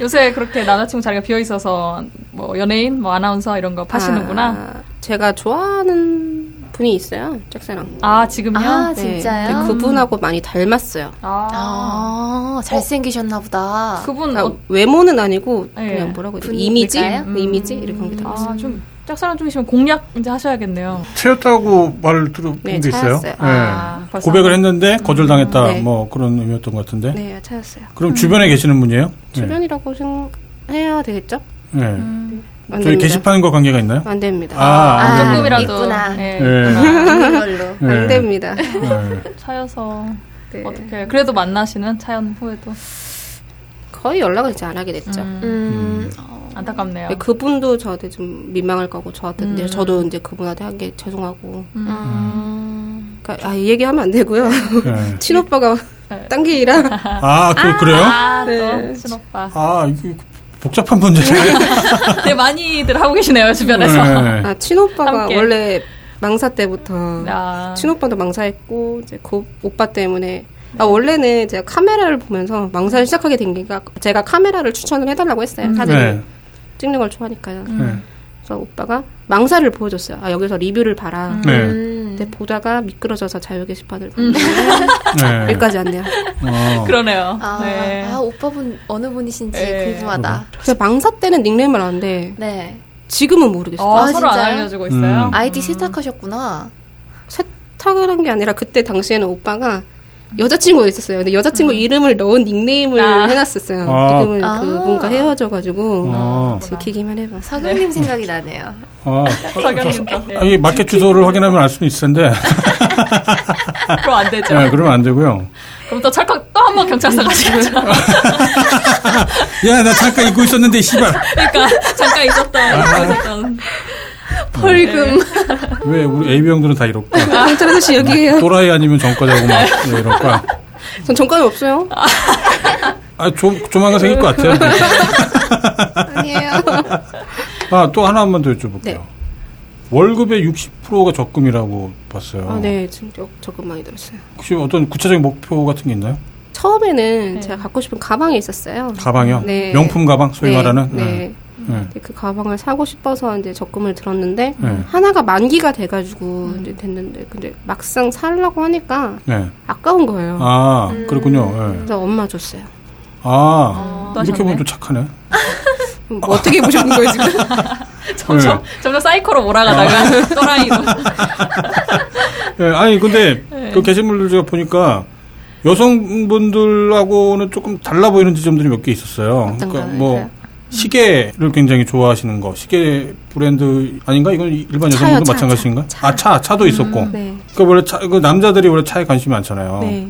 Speaker 4: 요새 그렇게 남자친구 자리가 비어 있어서 뭐 연예인, 뭐 아나운서 이런 거 파시는구나.
Speaker 2: 아, 제가 좋아하는 분이 있어요. 짝사랑.
Speaker 4: 아, 지금요? 음,
Speaker 1: 아,
Speaker 2: 네.
Speaker 4: 아,
Speaker 1: 진짜요?
Speaker 2: 근데 그분하고 많이 닮았어요.
Speaker 1: 아, 잘생기셨나 보다.
Speaker 4: 그분
Speaker 2: 그러니까
Speaker 4: 어,
Speaker 1: 음.
Speaker 2: 외모는 아니고 그냥
Speaker 4: 네.
Speaker 2: 뭐라고 해야 되지?
Speaker 1: 분위기
Speaker 2: 이미지,
Speaker 1: 될까요?
Speaker 2: 음, 이미지 이렇게 한게 닮았어요.
Speaker 4: 아, 좀 짝사랑 중이시면 공략 이제 하셔야겠네요.
Speaker 3: 채였다고 말을 들은
Speaker 2: 네,
Speaker 3: 게 있어요.
Speaker 2: 찾았어요.
Speaker 4: 아, 벌써?
Speaker 3: 고백을 했는데 거절당했다.
Speaker 2: 네.
Speaker 3: 뭐 그런 의미였던 것 같은데.
Speaker 2: 네, 찾았어요.
Speaker 3: 그럼 주변에 계시는 분이에요? 네.
Speaker 2: 주변이라고 생각해야 되겠죠?
Speaker 3: 네.
Speaker 2: 음. 안
Speaker 3: 저희
Speaker 2: 됩니다.
Speaker 3: 게시판과 관계가 있나요?
Speaker 2: 안 됩니다.
Speaker 3: 아,
Speaker 1: 아,
Speaker 3: 안 됩니다.
Speaker 4: 음. 조금이라도
Speaker 1: 있구나.
Speaker 4: 예,
Speaker 3: 예.
Speaker 1: 있는 걸로.
Speaker 3: 네.
Speaker 2: 안 됩니다.
Speaker 3: 네.
Speaker 4: 차여서
Speaker 2: 네.
Speaker 4: 어떻게 그래도 만나시는 차연 후에도
Speaker 2: 거의 연락을 이제 안 하게 됐죠.
Speaker 1: 음,
Speaker 4: 안타깝네요.
Speaker 2: 근데 그분도 저한테 좀 민망할 거고 저한테 근데 저도 이제 그분한테 한 게 죄송하고
Speaker 1: 음.
Speaker 2: 그러니까 아이 얘기하면 안 되고요.
Speaker 3: 네.
Speaker 2: 친오빠가
Speaker 4: 네.
Speaker 2: 딴 게 일하.
Speaker 3: 아, 그, 그래요?
Speaker 4: 아, 또
Speaker 2: 네.
Speaker 4: 친오빠. <laughs>
Speaker 3: 아, 이거 복잡한 문제네.
Speaker 4: 되게 많이들 하고 계시네요 주변에서.
Speaker 3: 네.
Speaker 2: 아 친오빠가
Speaker 4: 함께.
Speaker 2: 원래 망사 때부터
Speaker 4: 아,
Speaker 2: 친오빠도 망사했고 이제 그 오빠 때문에 아 원래는 제가 카메라를 보면서 망사를 시작하게 된 게 제가 카메라를 추천을 해달라고 했어요.
Speaker 4: 음.
Speaker 2: 사진을 음.
Speaker 3: 네.
Speaker 2: 찍는 걸 좋아하니까요.
Speaker 3: 네.
Speaker 2: 그래서 오빠가 망사를 보여줬어요. 아 여기서 리뷰를 봐라.
Speaker 4: 음.
Speaker 3: 네.
Speaker 1: 음.
Speaker 2: 근데 보다가 미끄러져서 자유 게시판을 봤는데
Speaker 3: 네.
Speaker 2: 여기까지 왔네요.
Speaker 3: 어.
Speaker 4: 그러네요.
Speaker 1: 아,
Speaker 4: 네.
Speaker 1: 아, 오빠분 어느 분이신지
Speaker 4: 네.
Speaker 1: 궁금하다.
Speaker 2: 그래서 망사 때는 닉네임을 아는데
Speaker 1: 네.
Speaker 2: 지금은 모르겠어요.
Speaker 4: 어,
Speaker 1: 아,
Speaker 4: 서로 안
Speaker 1: 진짜요?
Speaker 4: 알려주고 있어요.
Speaker 3: 음.
Speaker 1: 아이디 세탁하셨구나.
Speaker 2: 세탁을 한 게 아니라 그때 당시에는 오빠가 여자친구가 있었어요. 근데 여자친구 이름을 넣은 닉네임을
Speaker 4: 아.
Speaker 2: 해놨었어요.
Speaker 3: 아.
Speaker 2: 지금은
Speaker 1: 아.
Speaker 2: 그 뭔가 헤어져가지고
Speaker 3: 어.
Speaker 2: 지키기만 해봤어요.
Speaker 1: 사장님 생각이 나네요.
Speaker 3: 어.
Speaker 4: 사장님도. 네.
Speaker 3: 아, 이 마켓 주소를 확인하면 알 수는 있을 텐데
Speaker 2: <laughs>
Speaker 4: 그럼 안 되죠.
Speaker 3: 네, 그러면 안 되고요.
Speaker 4: 그럼 또 철컥 또 한 번 경찰서 가시겠죠.
Speaker 2: 네.
Speaker 3: 야 나 잠깐 잊고 있었는데 씨발
Speaker 4: 그러니까 잠깐 있었던.
Speaker 3: 아.
Speaker 4: 있었던.
Speaker 1: 벌금.
Speaker 2: 네.
Speaker 3: 왜 우리 AB 형들은 다 이렇고
Speaker 5: 홍철현 씨 여기에요.
Speaker 3: 또라이 아니면 전과자고 막 네, 이런 거야.
Speaker 2: 전 정감이 없어요.
Speaker 3: 아, 조, 조만간 생길 것 같아요.
Speaker 1: 아니에요.
Speaker 3: 아, 또 하나만 더 여쭤볼게요.
Speaker 2: 네.
Speaker 3: 월급의 60%가 적금이라고 봤어요.
Speaker 2: 아, 네, 지금 저- 적금 많이 들었어요.
Speaker 3: 혹시 어떤 구체적인 목표 같은 게 있나요?
Speaker 2: 처음에는
Speaker 4: 네.
Speaker 2: 제가 갖고 싶은 가방이 있었어요.
Speaker 3: 가방이요?
Speaker 2: 네.
Speaker 3: 명품 가방, 소위
Speaker 2: 네,
Speaker 3: 말하는?
Speaker 2: 네.
Speaker 3: 네.
Speaker 2: 근데 그 가방을 사고 싶어서 이제 적금을 들었는데
Speaker 3: 네.
Speaker 2: 하나가 만기가 돼가지고 이제 됐는데 근데 막상 살라고 하니까
Speaker 3: 네.
Speaker 2: 아까운 거예요.
Speaker 3: 아, 그렇군요. 네.
Speaker 2: 그래서 엄마 줬어요.
Speaker 3: 아,
Speaker 4: 또
Speaker 2: 어,
Speaker 3: 이렇게
Speaker 4: 하셨네.
Speaker 3: 보면 또 착하네.
Speaker 2: 뭐 어떻게 보셨는 거예요 지금?
Speaker 4: <laughs> 점점,
Speaker 3: 네.
Speaker 4: 점점 사이코로 몰아가다가 <laughs> 또라이로.
Speaker 3: 예, 아니, 근데
Speaker 2: 네.
Speaker 3: 그 게시물들 제가 보니까 여성분들하고는 조금 달라 보이는 지점들이 몇 개 있었어요.
Speaker 2: 어떤 거요? 네.
Speaker 3: 뭐, 시계를 굉장히 좋아하시는 거. 시계 브랜드 아닌가? 이건 일반
Speaker 2: 차요,
Speaker 3: 여성분도
Speaker 2: 차,
Speaker 3: 마찬가지인가?
Speaker 2: 차.
Speaker 3: 아, 차, 차도 있었고.
Speaker 2: 네.
Speaker 3: 그러니까 원래 차, 그 남자들이 원래 차에 관심이 많잖아요.
Speaker 2: 네.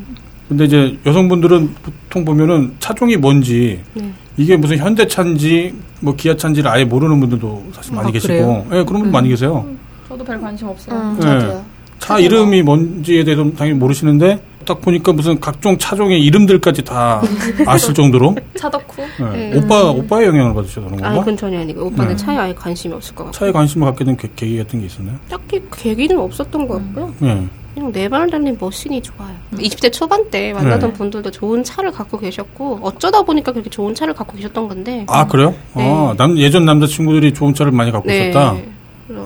Speaker 3: 근데 이제 여성분들은 보통 보면은 차종이 뭔지
Speaker 2: 네.
Speaker 3: 이게 무슨 현대차인지 뭐 기아차인지를 아예 모르는 분들도 사실 많이
Speaker 2: 아,
Speaker 3: 계시고,
Speaker 2: 그래요?
Speaker 3: 예, 그런 분 많이 계세요.
Speaker 4: 저도 별 관심 없어요.
Speaker 1: 음,
Speaker 3: 네.
Speaker 1: 저도요.
Speaker 3: 차 이름이 뭔지에 대해서 당연히 모르시는데 딱 보니까 무슨 각종 차종의 이름들까지
Speaker 2: <laughs>
Speaker 3: 다 아실 정도로
Speaker 4: 차덕후?
Speaker 3: 예,
Speaker 2: 네.
Speaker 3: 오빠 오빠의 영향을 받으셔서 그런
Speaker 2: 아니
Speaker 3: 건가?
Speaker 2: 그건 전혀 아니고 오빠는
Speaker 3: 네.
Speaker 2: 차에 아예 관심이 없을 것 같고
Speaker 3: 차에 관심을 갖게 된 계- 계기 같은 게 있었나요?
Speaker 2: 딱히 계기는 없었던 것 같고요.
Speaker 3: 예.
Speaker 2: 그냥 네발 달린 머신이 좋아요.
Speaker 3: 음.
Speaker 2: 20대 초반 때 만나던
Speaker 3: 네.
Speaker 2: 분들도 좋은 차를 갖고 계셨고 어쩌다 보니까 그렇게 좋은 차를 갖고 계셨던 건데
Speaker 3: 아 그래요? 아,
Speaker 2: 네.
Speaker 3: 남 예전 남자 친구들이 좋은 차를 많이 갖고 있었다.
Speaker 2: 그래서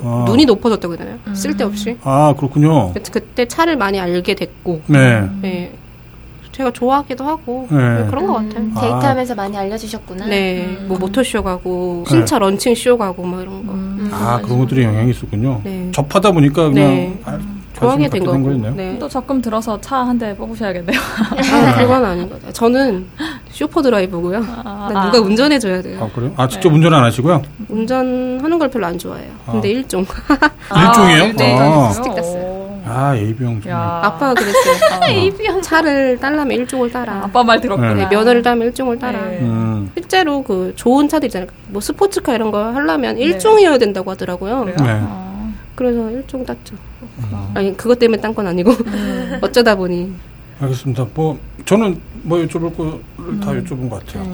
Speaker 3: 아. 음.
Speaker 2: 눈이 높아졌다고 해야 되나요? 쓸데없이.
Speaker 3: 아 그렇군요.
Speaker 2: 그- 그때 차를 많이 알게 됐고
Speaker 3: 네.
Speaker 2: 네. 제가 좋아하기도 하고
Speaker 3: 네.
Speaker 2: 네, 그런 것 같아요.
Speaker 3: 아.
Speaker 1: 데이트하면서 많이 알려주셨구나.
Speaker 2: 네,
Speaker 4: 음.
Speaker 2: 뭐 모터쇼 가고
Speaker 3: 네.
Speaker 2: 신차 런칭쇼 가고 뭐 이런 거.
Speaker 1: 음.
Speaker 3: 아, 그런 것들이 영향이 있었군요.
Speaker 2: 네.
Speaker 3: 접하다 보니까 그냥
Speaker 2: 네.
Speaker 3: 아,
Speaker 2: 좋아하게
Speaker 3: 관심을 갖게
Speaker 2: 된
Speaker 3: 된
Speaker 2: 거고.
Speaker 3: 거였네요.
Speaker 2: 네.
Speaker 4: 또 적금 들어서 차 한 대 뽑으셔야겠네요.
Speaker 2: 아, 그건 아닌 거죠. 저는 쇼퍼 드라이버고요.
Speaker 4: 아,
Speaker 2: 난 누가 운전해 줘야 돼요.
Speaker 3: 아, 그래요? 아, 직접 운전 안 하시고요?
Speaker 2: 운전하는 걸 별로 안 좋아해요. 근데
Speaker 3: 아.
Speaker 2: 일종
Speaker 3: 일종이에요?
Speaker 4: 네.
Speaker 3: 아.
Speaker 4: 스틱 땄어요.
Speaker 3: 아, 예비형 좀.
Speaker 4: 야.
Speaker 2: 아. 빠가 그랬어요.
Speaker 1: 이병.
Speaker 2: 차를 딸라면 일종을 따라.
Speaker 4: 아빠 말 들었구나.
Speaker 2: 네, 면허를 따면 일종을 따라.
Speaker 4: 네.
Speaker 3: 음.
Speaker 2: 실제로 그 좋은 차들 있잖아요. 뭐 스포츠카 이런 거 하려면 일종이어야 된다고 하더라고요.
Speaker 4: 그래요?
Speaker 3: 네.
Speaker 4: 아.
Speaker 2: 그래서 일종 땄죠. 아니 그것 때문에 딴 건 아니고 <laughs> 어쩌다 보니
Speaker 3: 알겠습니다. 뭐, 저는 뭐 여쭤볼 거를 다 여쭤본 것 같아요.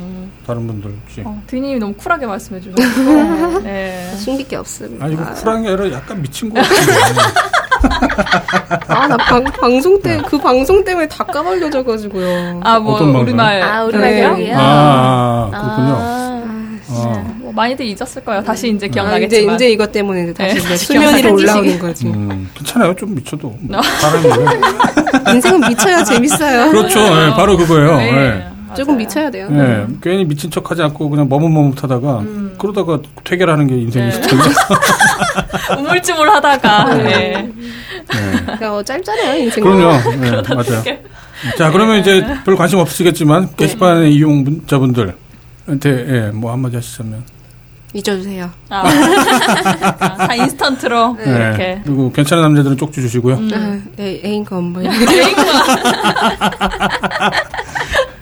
Speaker 3: 다른 분들 혹시.
Speaker 4: 어, 디님이 너무 쿨하게 말씀해
Speaker 2: <laughs>
Speaker 4: 주셔서. 네.
Speaker 2: 숨길 게 없습니다.
Speaker 3: 아, 이거 쿨한 게 아니라 약간 미친 거 같은데.
Speaker 2: 아, 나 방, 방송 때, 그 방송 때문에 다 까발려져가지고요.
Speaker 4: 아, 뭐,
Speaker 3: 어떤 방송이요?
Speaker 4: 우리말.
Speaker 1: 아, 우리말
Speaker 2: 네.
Speaker 1: 기억이요?
Speaker 3: 아, 아, 그렇군요.
Speaker 1: 아,
Speaker 3: 아,
Speaker 4: 뭐 많이들 잊었을 거예요. 다시
Speaker 2: 아,
Speaker 4: 이제
Speaker 2: 이제,
Speaker 4: 기억나겠지만.
Speaker 2: 이제 이것 때문에 이제 다시
Speaker 4: 네.
Speaker 2: 이제 수면 위로 올라오는 거지.
Speaker 3: 음, 괜찮아요. 좀 미쳐도. 뭐, 사람이.
Speaker 2: 인생은 미쳐야 재밌어요.
Speaker 3: 그렇죠. 예, 바로 그거예요.
Speaker 4: 네.
Speaker 3: 예.
Speaker 4: 맞아요.
Speaker 2: 조금 미쳐야 돼요.
Speaker 3: 예,
Speaker 4: 네.
Speaker 3: 괜히 미친 척 하지 않고 그냥 머뭇머뭇하다가
Speaker 4: 음.
Speaker 3: 그러다가 퇴결하는 게 인생이죠.
Speaker 4: 네. <laughs> 우물쭈물 하다가. 네.
Speaker 3: 네.
Speaker 2: 그러니까 어, 짧잖아요, 인생은.
Speaker 3: 그럼요. 네, 맞아요. 자, 그러면 이제
Speaker 4: 네.
Speaker 3: 별 관심 없으시겠지만 게시판 이용자분들한테 예, 뭐 한마디 하시자면
Speaker 2: 잊어주세요.
Speaker 4: 아, 아, 다 인스턴트로
Speaker 3: 예,
Speaker 4: 이렇게. 음.
Speaker 3: 그리고 괜찮은 남자들은 쪽지 주시고요.
Speaker 2: 아, 네, 애인과 업무.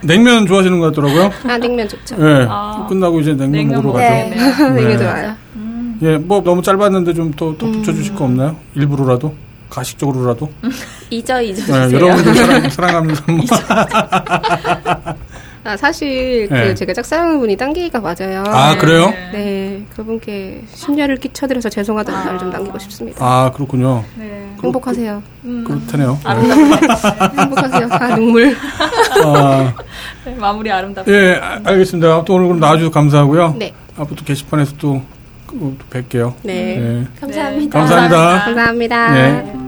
Speaker 3: 냉면 좋아하시는 것 같더라고요.
Speaker 2: 아, 냉면 좋죠.
Speaker 3: 예,
Speaker 4: 아.
Speaker 3: 끝나고 이제 냉면,
Speaker 4: 냉면
Speaker 3: 먹으러
Speaker 4: 먹어요.
Speaker 1: 네.
Speaker 3: 가죠.
Speaker 4: 네.
Speaker 2: <laughs>
Speaker 3: 네.
Speaker 2: 냉면 좋아요.
Speaker 3: 예, 뭐 너무 짧았는데 좀 더
Speaker 4: 음.
Speaker 3: 붙여주실 거 없나요? 일부러라도
Speaker 4: <laughs>
Speaker 3: 가식적으로라도
Speaker 1: 잊어, 잊어
Speaker 3: 예,
Speaker 1: 주세요.
Speaker 3: 여러분들 사랑, 뭐. 사랑하면서 한번
Speaker 2: 아, 사실 그
Speaker 3: 네.
Speaker 2: 제가 짝사랑하는 분이 딴기가 맞아요.
Speaker 3: 아 그래요?
Speaker 2: 네, 그분께 심려를 끼쳐드려서 죄송하다는 말을 좀 남기고 싶습니다.
Speaker 3: 아 그렇군요.
Speaker 4: 네.
Speaker 2: 행복하세요.
Speaker 4: 음.
Speaker 3: 그렇다네요.
Speaker 4: 아.
Speaker 2: 행복하세요. 아, 눈물.
Speaker 3: 아,
Speaker 4: 네, 마무리 아름답게.
Speaker 3: 예, 알- 알겠습니다. 아무튼 오늘 그럼 나와주셔서 감사하고요.
Speaker 2: 네.
Speaker 3: 앞으로 또 게시판에서 또 뵐게요.
Speaker 2: 네.
Speaker 3: 네.
Speaker 1: 감사합니다.
Speaker 3: 감사합니다.
Speaker 2: 감사합니다.
Speaker 3: 네.